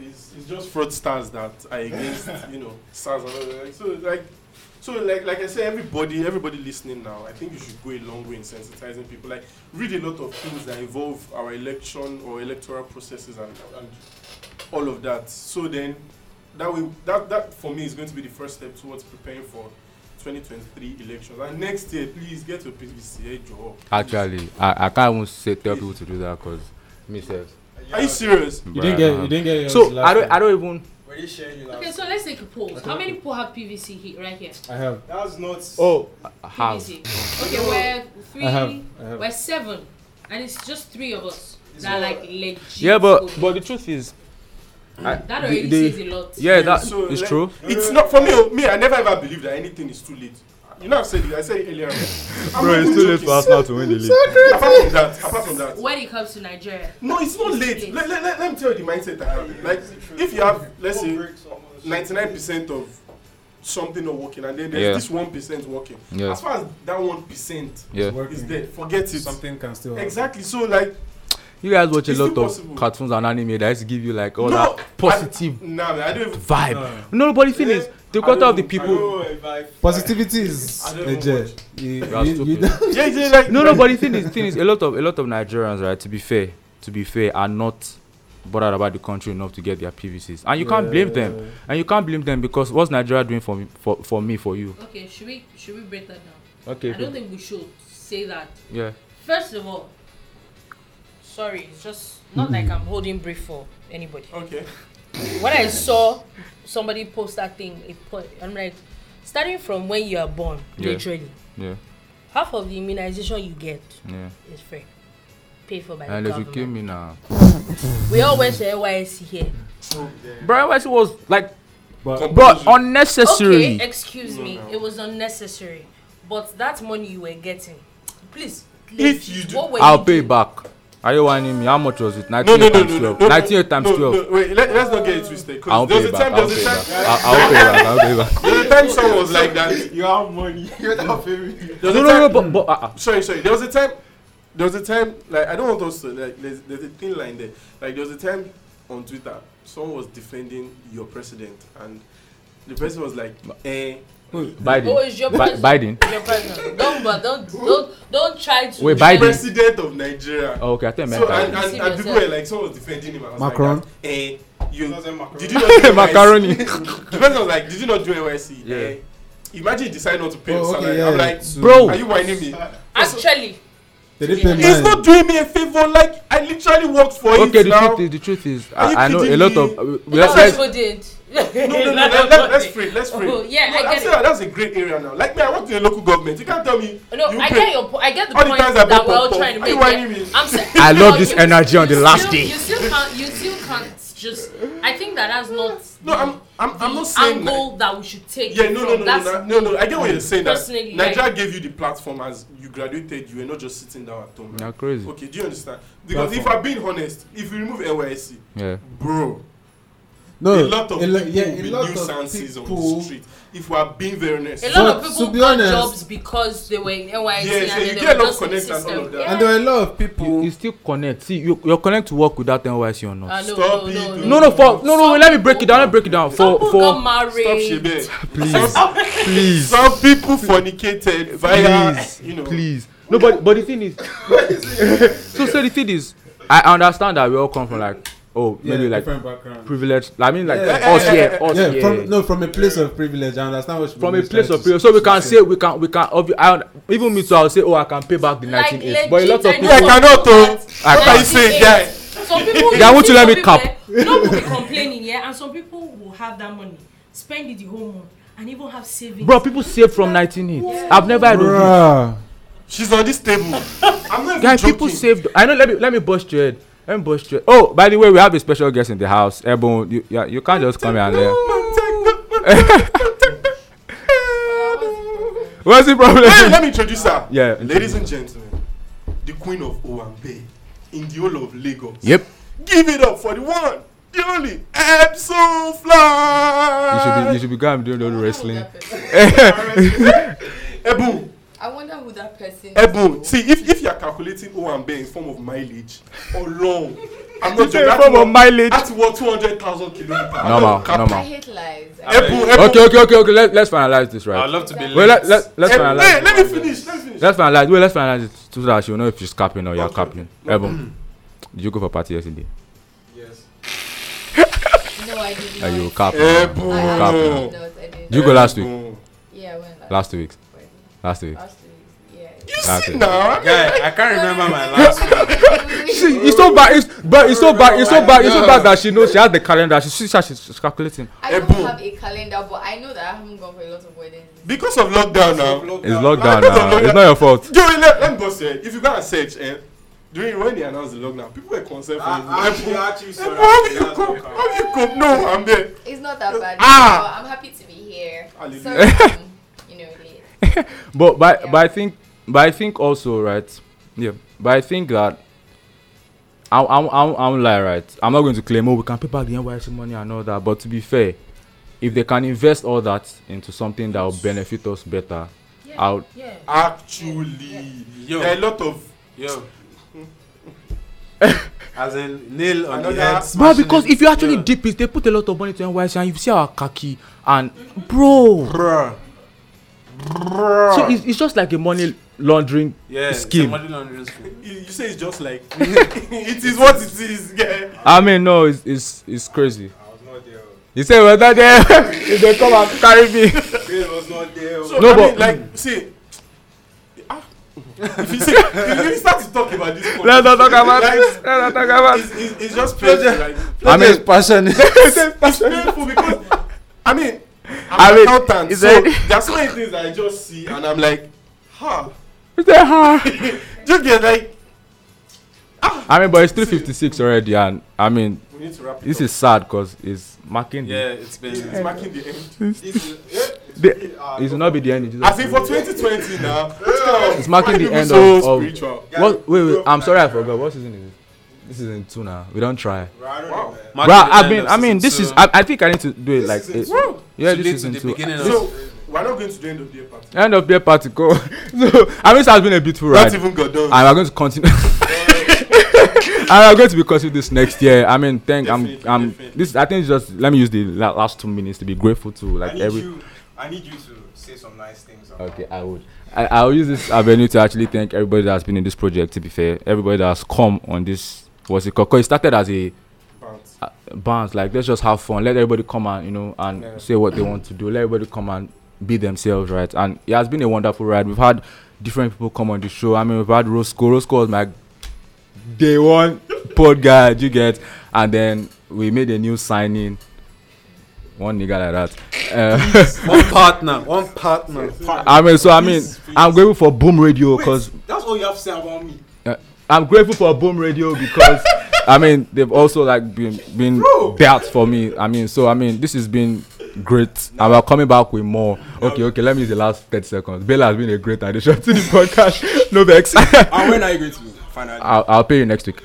S2: it's, it's just fraudsters that are against, you know, SARS and all that. Like, so like so like like I say, everybody everybody listening now, I think you should go a long way in sensitizing people. Like read a lot of things that involve our election or electoral processes and, and all of that. So then that will that that for me is going to be the first step towards preparing for 2023 elections. And next year, please get your PVCA job.
S1: Actually, I, I can't even say tell people to do that because myself.
S2: Are you serious?
S1: Mm.
S6: You didn't get, you didn't get yours
S1: So
S6: last
S1: I don't,
S6: time.
S1: I don't even.
S4: Were you sharing your
S5: Okay, so let's take a poll. How many people have PVC here, right here?
S6: I have,
S4: That's not.
S1: Oh, have.
S5: PVC. Okay, we're three.
S6: I have, I have.
S5: We're seven, and it's just three of us
S4: It's
S5: that are
S4: not-
S5: like legit.
S1: Yeah, but
S5: voting.
S1: but the truth is, I,
S5: that already
S1: the-
S5: says a lot.
S1: yeah, that
S2: So,
S1: is
S2: let-
S1: true.
S2: It's not for me. oh, Me, I never ever believe that anything is too late. You know, I've said it. I said it earlier. I'm not even joking.
S1: Arsenal to win the league.
S2: Apart from that, apart from that,
S5: When it comes to Nigeria,
S2: no, it's not
S5: It's
S2: late.
S5: late.
S2: Let, let, let, let me tell you the mindset I have. Like, if you have, let's say, 99 percent of something not working, and then there's
S1: Yeah.
S2: this one percent working.
S1: Yeah.
S2: As far as that one percent
S1: Yeah,
S2: is
S6: working.
S2: there, forget it.
S6: Something can still happen.
S2: Exactly. So, like,
S1: you guys watch a
S2: Is
S1: lot
S2: it
S1: of
S2: possible?
S1: cartoons and anime that used to give you like all
S2: No,
S1: that positive
S2: I, nah, man, I don't even.
S1: vibe.
S6: No.
S1: No, but the thing is, the
S2: I
S1: quarter
S2: don't
S1: of the
S2: even- I
S1: people.
S2: don't even-
S6: Positivity
S2: I
S6: is
S2: don't
S6: a
S2: know
S6: jet.
S2: much.
S6: You,
S1: You are
S6: you, you
S1: stupid.
S6: don't-
S2: Yeah, (laughs) yeah, like
S1: No, no, but the thing
S2: (laughs)
S1: is, the thing is, a lot of a lot of Nigerians, right? To be fair, to be fair, are not bothered about the country enough to get their PVCs, and you can't blame them, and you can't blame them because what's Nigeria doing for me, for, for me, for you?
S5: okay, should we should we break that down?
S1: Okay,
S5: I don't think we should say that
S1: yeah.
S5: First of all, sorry, it's just not like I'm holding brief for anybody.
S2: Okay.
S5: When I saw somebody post that thing, it put, I'm like, starting from when you are born,
S1: Yeah.
S5: literally,
S1: Yeah,
S5: half of the immunization you get
S1: yeah.
S5: is free, paid for by
S1: And
S5: the
S1: if you kill
S5: government.
S1: me now,
S5: We all went to NYSC here.
S1: Brian West was like,
S6: But
S1: bro, unnecessary.
S5: Okay, excuse me, it was unnecessary, but that money you were getting, please.
S2: If you do-
S5: what were
S1: I'll
S5: you
S1: pay
S5: doing?
S1: back. Are you whining me? How much was it?
S2: No,
S1: 98
S2: no, no,
S1: times
S2: no, no,
S1: 12.
S2: no, no,
S1: 98 times
S2: no,
S1: 12.
S2: No, wait, let, let's not get it twisted.
S1: I'll
S2: Because
S1: pay it
S2: there's a time,
S1: back. I'll
S2: there's
S1: pay
S2: a
S1: it
S2: time,
S1: back. I- I'll pay it back. I'll pay it back.
S2: (laughs) there's a time someone was like that.
S4: You have money. You're not famous.
S2: There's
S1: No, no,
S2: a
S1: no,
S2: time-
S1: but, but uh, uh,
S2: Sorry, sorry. There was a time. There was a time. Like I don't want us to like. There's, there's a thin line there. Like there was a time on Twitter, someone was defending your president, and the person was like, "Eh,
S1: Biden.
S5: Oh, it's your
S1: Bi-
S5: president.
S1: Biden.
S5: Your president. Don't, but don't, don't, don't try to.
S1: Wait,
S5: try
S1: Biden.
S2: president of Nigeria."
S1: Oh, okay, I think I meant
S2: So and,
S1: Biden.
S2: and, and people were like, someone was defending him. I was
S6: Macron.
S2: Like, eh, you. Did
S1: (laughs)
S4: Did
S2: you not do
S1: Macaroni.
S2: (laughs) The person was like, did you not do NYC?
S1: Yeah.
S2: Eh, imagine you decide not to pay your
S6: Oh, okay,
S2: salary.
S6: yeah.
S2: I'm like,
S6: So-
S1: Bro.
S2: are you whining me?
S5: Actually,
S6: They didn't pay mine.
S2: It's not doing me a favor. Like I literally worked for
S1: Okay,
S2: it
S1: the
S2: now.
S1: truth is, the truth is,
S2: Are you
S1: I, I know a
S2: kidding
S1: lot
S2: me?
S1: of. uh, we-
S5: That's
S1: let's-
S5: what
S1: let's-
S5: people did.
S2: no, no,
S5: (laughs)
S2: no, let, let, let's free, let's free.
S5: Oh, yeah,
S2: no,
S5: I
S2: I'm
S5: get
S2: saying
S5: it.
S2: that that's a great area now. Like me, I worked in the local government. You can't tell me.
S5: No,
S2: you
S5: I
S2: pay.
S5: get your po- I get the
S2: All the
S5: point
S2: times I
S5: that
S2: bought
S5: we're all
S2: popcorn.
S5: trying to
S2: Are you
S5: make.
S2: whining
S5: yeah.
S2: me?
S5: I'm saying,
S1: I love
S5: no,
S1: this
S5: you-
S1: energy on
S5: you
S1: the last
S5: still-
S1: day.
S5: You still can't. You still can't just. I think that that's not.
S2: No,
S5: the-
S2: I'm, I'm, I'm
S5: the
S2: not saying.
S5: angle that we should take.
S2: yeah, no, no,
S5: from.
S2: no, no,
S5: That's
S2: no, no, no. I get what you're saying. That
S5: Personally, like-
S2: Nigeria gave you the platform as you graduated. You were not just sitting down at home.
S1: You're
S2: right?
S1: crazy.
S2: Okay, do you understand? Because if I'm
S6: Platform.
S2: being honest, if you remove NYSC,
S1: Yeah.
S2: bro,
S6: No,
S2: a lot of
S6: a lo-
S2: people
S6: yeah, a
S2: with
S6: lot
S2: new
S6: of
S2: sounds on the
S6: people-
S2: street. If we are being very honest,
S5: A lot
S6: But
S5: of
S6: to
S5: people
S6: be
S5: got
S6: honest-
S5: jobs because they were in NYC
S2: Yeah,
S5: and
S2: so
S5: then
S2: you
S5: they
S2: get
S5: were
S2: a lot
S5: just
S2: of
S5: in the
S2: connects and all
S5: system.
S2: of that.
S5: Yeah.
S6: And there were a lot of
S1: You,
S4: Oh.
S6: people.
S1: you still connect. See, you you connect to work without NYC or not.
S5: Ah, no,
S2: Stop
S5: no,
S2: it,
S5: no,
S1: No, no, for no, no. Let me break it down. Let me break it down.
S5: Some
S1: For
S5: people got
S1: for
S2: stop
S5: married.
S2: Shebe.
S1: please, please,
S2: Some people fornicated via,
S1: please,
S2: you know.
S1: please. No, but but the thing is, (laughs) so so the thing is, I understand that we all come from like oh
S6: Yeah,
S1: maybe like
S6: different background.
S1: privileged. I mean like
S6: Yeah.
S1: us here, us
S6: yeah,
S1: here.
S6: from no from a place of privilege. I understand what you
S1: from a
S6: mean,
S1: place
S6: trying to
S1: of privilege.
S6: say-
S1: So we can say we can we can obvi- I, even me too. I'll say oh I can pay back the
S5: Like,
S1: 19 eight. But a lot of
S5: legit,
S1: people.
S5: I
S2: Yeah,
S5: know
S2: cannot
S5: people
S2: oh.
S5: that-
S1: What
S5: that
S1: are
S2: you saying,
S5: is-
S2: guy?
S5: Some people
S1: Yeah, I want to let me
S5: some people
S1: cap.
S5: there, You know, will be complaining, yeah, and some people will have that money, spend it the whole month, and even have savings.
S1: Bro, people save from 19 eight. I've never heard of it.
S6: Bruh.
S2: She's on this table. I'm not even
S1: Guy,
S2: joking.
S1: people saved. I know. Let me let me bust your head. Let me bust your. Oh, by the way, we have a special guest in the house. Ebon, you yeah, you can't just come here and uh, there. What's the problem?
S2: Hey, let me introduce her.
S1: Yeah.
S2: Ladies and gentlemen, the queen of Owambe in the whole of Lagos.
S1: Yep.
S2: Give it up for the one, the only Epsom
S1: You should be
S2: Fly.
S1: you should be going doing all the wrestling.
S2: Ebun,
S5: I wonder who that person
S2: Ebun, see if if you are calculating Owambe in form of mileage or long, I'm not joking.
S1: In form of mileage.
S2: That's what 200,000 kilometers.
S1: Normal, normal.
S7: hate lies.
S2: Ebun, Ebun.
S1: Okay, okay, okay, okay. Let let's finalize this
S3: I'd
S2: Uh,
S1: right.
S3: love to be late.
S1: Well, let let let's
S2: Ebun, hey,
S1: finalize.
S2: let me finish. Let me finish.
S1: Let's finalize. Wait, let's finalize it so that she'll know if she's capping or you're
S2: Okay.
S1: capping. Ebon, did you go for party yesterday?
S6: Yes.
S7: No, I did
S1: Are
S7: not.
S1: you capping?
S2: Ebon.
S1: You
S7: I, I
S1: capping.
S7: did not. I did
S1: Did you go last week?
S2: Ebun.
S7: Yeah, I went last.
S1: Last two weeks.
S7: week.
S1: Last two weeks.
S7: Last week. Yeah.
S2: You
S1: Okay.
S2: see now?
S3: Guy, I can't remember my last one.
S1: See, it's so bad. It's but it's so bad. It's so bad. It's so bad that she knows she has the calendar. She she's, she's, she's calculating.
S7: I don't
S2: Ebon.
S7: have a calendar, but I know that I haven't gone for a lot of weddings.
S2: Because of lockdown now.
S1: (laughs) It's lockdown
S2: Because of
S1: now.
S2: lockdown.
S1: It's not your fault.
S2: Yo, let, let me bust it. If you go and search, eh, during when they announced the lockdown, people were concerned for you.
S4: ah,
S6: Actually,
S2: Ebun,
S6: actually,
S2: Ebun,
S6: sorry.
S2: how do
S6: actually,
S2: you
S6: that's
S2: cope?
S6: okay.
S2: How do you cope? No, I'm there.
S7: It's not that bad.
S2: Ah!
S7: but I'm happy to be here.
S2: Hallelujah.
S7: Sorry, um, you know, late.
S1: But but
S7: Yeah.
S1: but I think but I think also right. Yeah. But I think that. I I I I'm lie right. I'm not going to claim oh we can pay back the NYC money and all that. But to be fair, if they can invest all that into something that will benefit us better,
S5: Yeah.
S1: I'll
S5: Yeah.
S2: Actually,
S3: Yo.
S2: there are a lot of (laughs)
S1: (laughs)
S3: Yo. As in nail on
S2: Another-
S3: the head.
S1: But
S3: smashing
S1: because
S3: it.
S1: if you actually
S3: Yeah.
S1: dip it, they put a lot of money to NYC and you see our khaki and bro.
S3: Bruh.
S1: So
S3: Bruh.
S1: it's, it's just like a money laundering
S3: yeah, it's a
S1: scheme.
S3: money laundering scheme.
S2: you, you say it's just like it is what it is. Yeah.
S1: I mean, no, it's it's, it's crazy.
S6: I was not there. oh.
S1: You say we're not
S2: (laughs)
S1: there. if they come and carry
S6: (laughs)
S1: me,
S6: Bill was not there. oh.
S2: So
S1: No,
S2: I
S1: but-
S2: mean, like, see. ah, If you, see, (laughs) if you start to talk about this,
S1: let's not talk about
S2: like,
S1: this. Let's not talk about
S2: It's, it's, it's just painful. Like,
S1: I mean, (laughs)
S4: passion.
S2: it's painful because I mean,
S1: I
S2: I'm
S1: mean,
S2: an accountant,
S1: it's
S2: so
S1: like-
S2: there are so many things that I just see and I'm like, ha.
S1: it's that hard.
S2: (laughs) Do you get like
S1: I mean, but it's 356 already, and I mean,
S2: we need to wrap it
S1: this
S2: up.
S1: is sad because it's marking the.
S3: Yeah, it's been.
S2: it's marking
S1: (laughs)
S2: the end.
S1: the it will not be the end. Jesus.
S2: As in for 2020 now.
S1: It's marking the end
S2: so
S1: of- of-
S2: spiritual.
S1: What? Wait, wait. I'm sorry, I forgot. What season is it? This is in two now. We don't try.
S2: Wow.
S1: Bro, I mean, I mean, this is. I, I think I need to do it like
S6: season
S1: this.
S6: two.
S1: Yeah,
S3: to
S1: this
S3: lead
S1: is
S3: to the
S1: into
S3: beginning of
S2: So we're not going to the end of the year party.
S1: (laughs) end of beer party. Go. (laughs) so I mean, it has been a beautiful ride,
S2: Not even got
S1: and
S2: done.
S1: we're going to continue. (laughs) and we're going to be continuing this next year. I mean, thank. I'm.
S2: Definitely,
S1: I'm.
S2: definitely.
S1: This. I think it's just let me use the la- last two minutes to be grateful to like
S4: I need
S1: every.
S4: you. I need you to say some nice things. about-
S1: Okay, I would. I, I'll use this avenue to actually thank everybody that's been in this project. To be fair, everybody that's come on this. What's it called? 'Cause It started as a
S2: Bounce.
S1: uh, bands like let's just have fun let everybody come and you know and
S2: Yeah.
S1: say what they want to do let everybody come and be themselves, right? And it has been a wonderful ride. We've had different people come on the show. I mean, we've had Roscoe. Roscoe was my day one (laughs) pod guy, you get? And then we made a new signing. One nigga like that. Uh,
S3: one partner, one partner.
S1: I mean, so I mean, I'm grateful for Boom Radio
S4: Wait,
S1: because
S4: that's all you have to say
S1: (laughs)
S4: about me.
S1: I'm grateful for Boom Radio because I mean they've also like been been dealt for me. I mean, so I mean this has been great. and we're coming back with more. Okay, okay. Let me use the last 30 seconds. Bella has been a great addition to the podcast. (laughs) No vex.
S4: And when are you going to be? Finally.
S1: I'll, I'll pay you next week.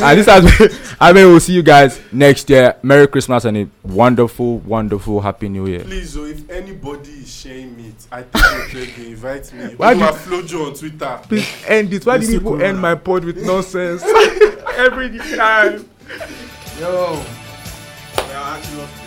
S1: and this has been, (laughs) I mean, we'll see you guys next year. Merry Christmas and a wonderful, wonderful Happy New Year.
S2: Please, oh, if anybody is sharing it, I think they they invite me.
S1: Why
S2: Why
S1: do
S2: do
S1: you-
S2: have Flojo on Twitter?
S1: Please end it. Why do people end my pod with nonsense every time?
S4: We are actually off.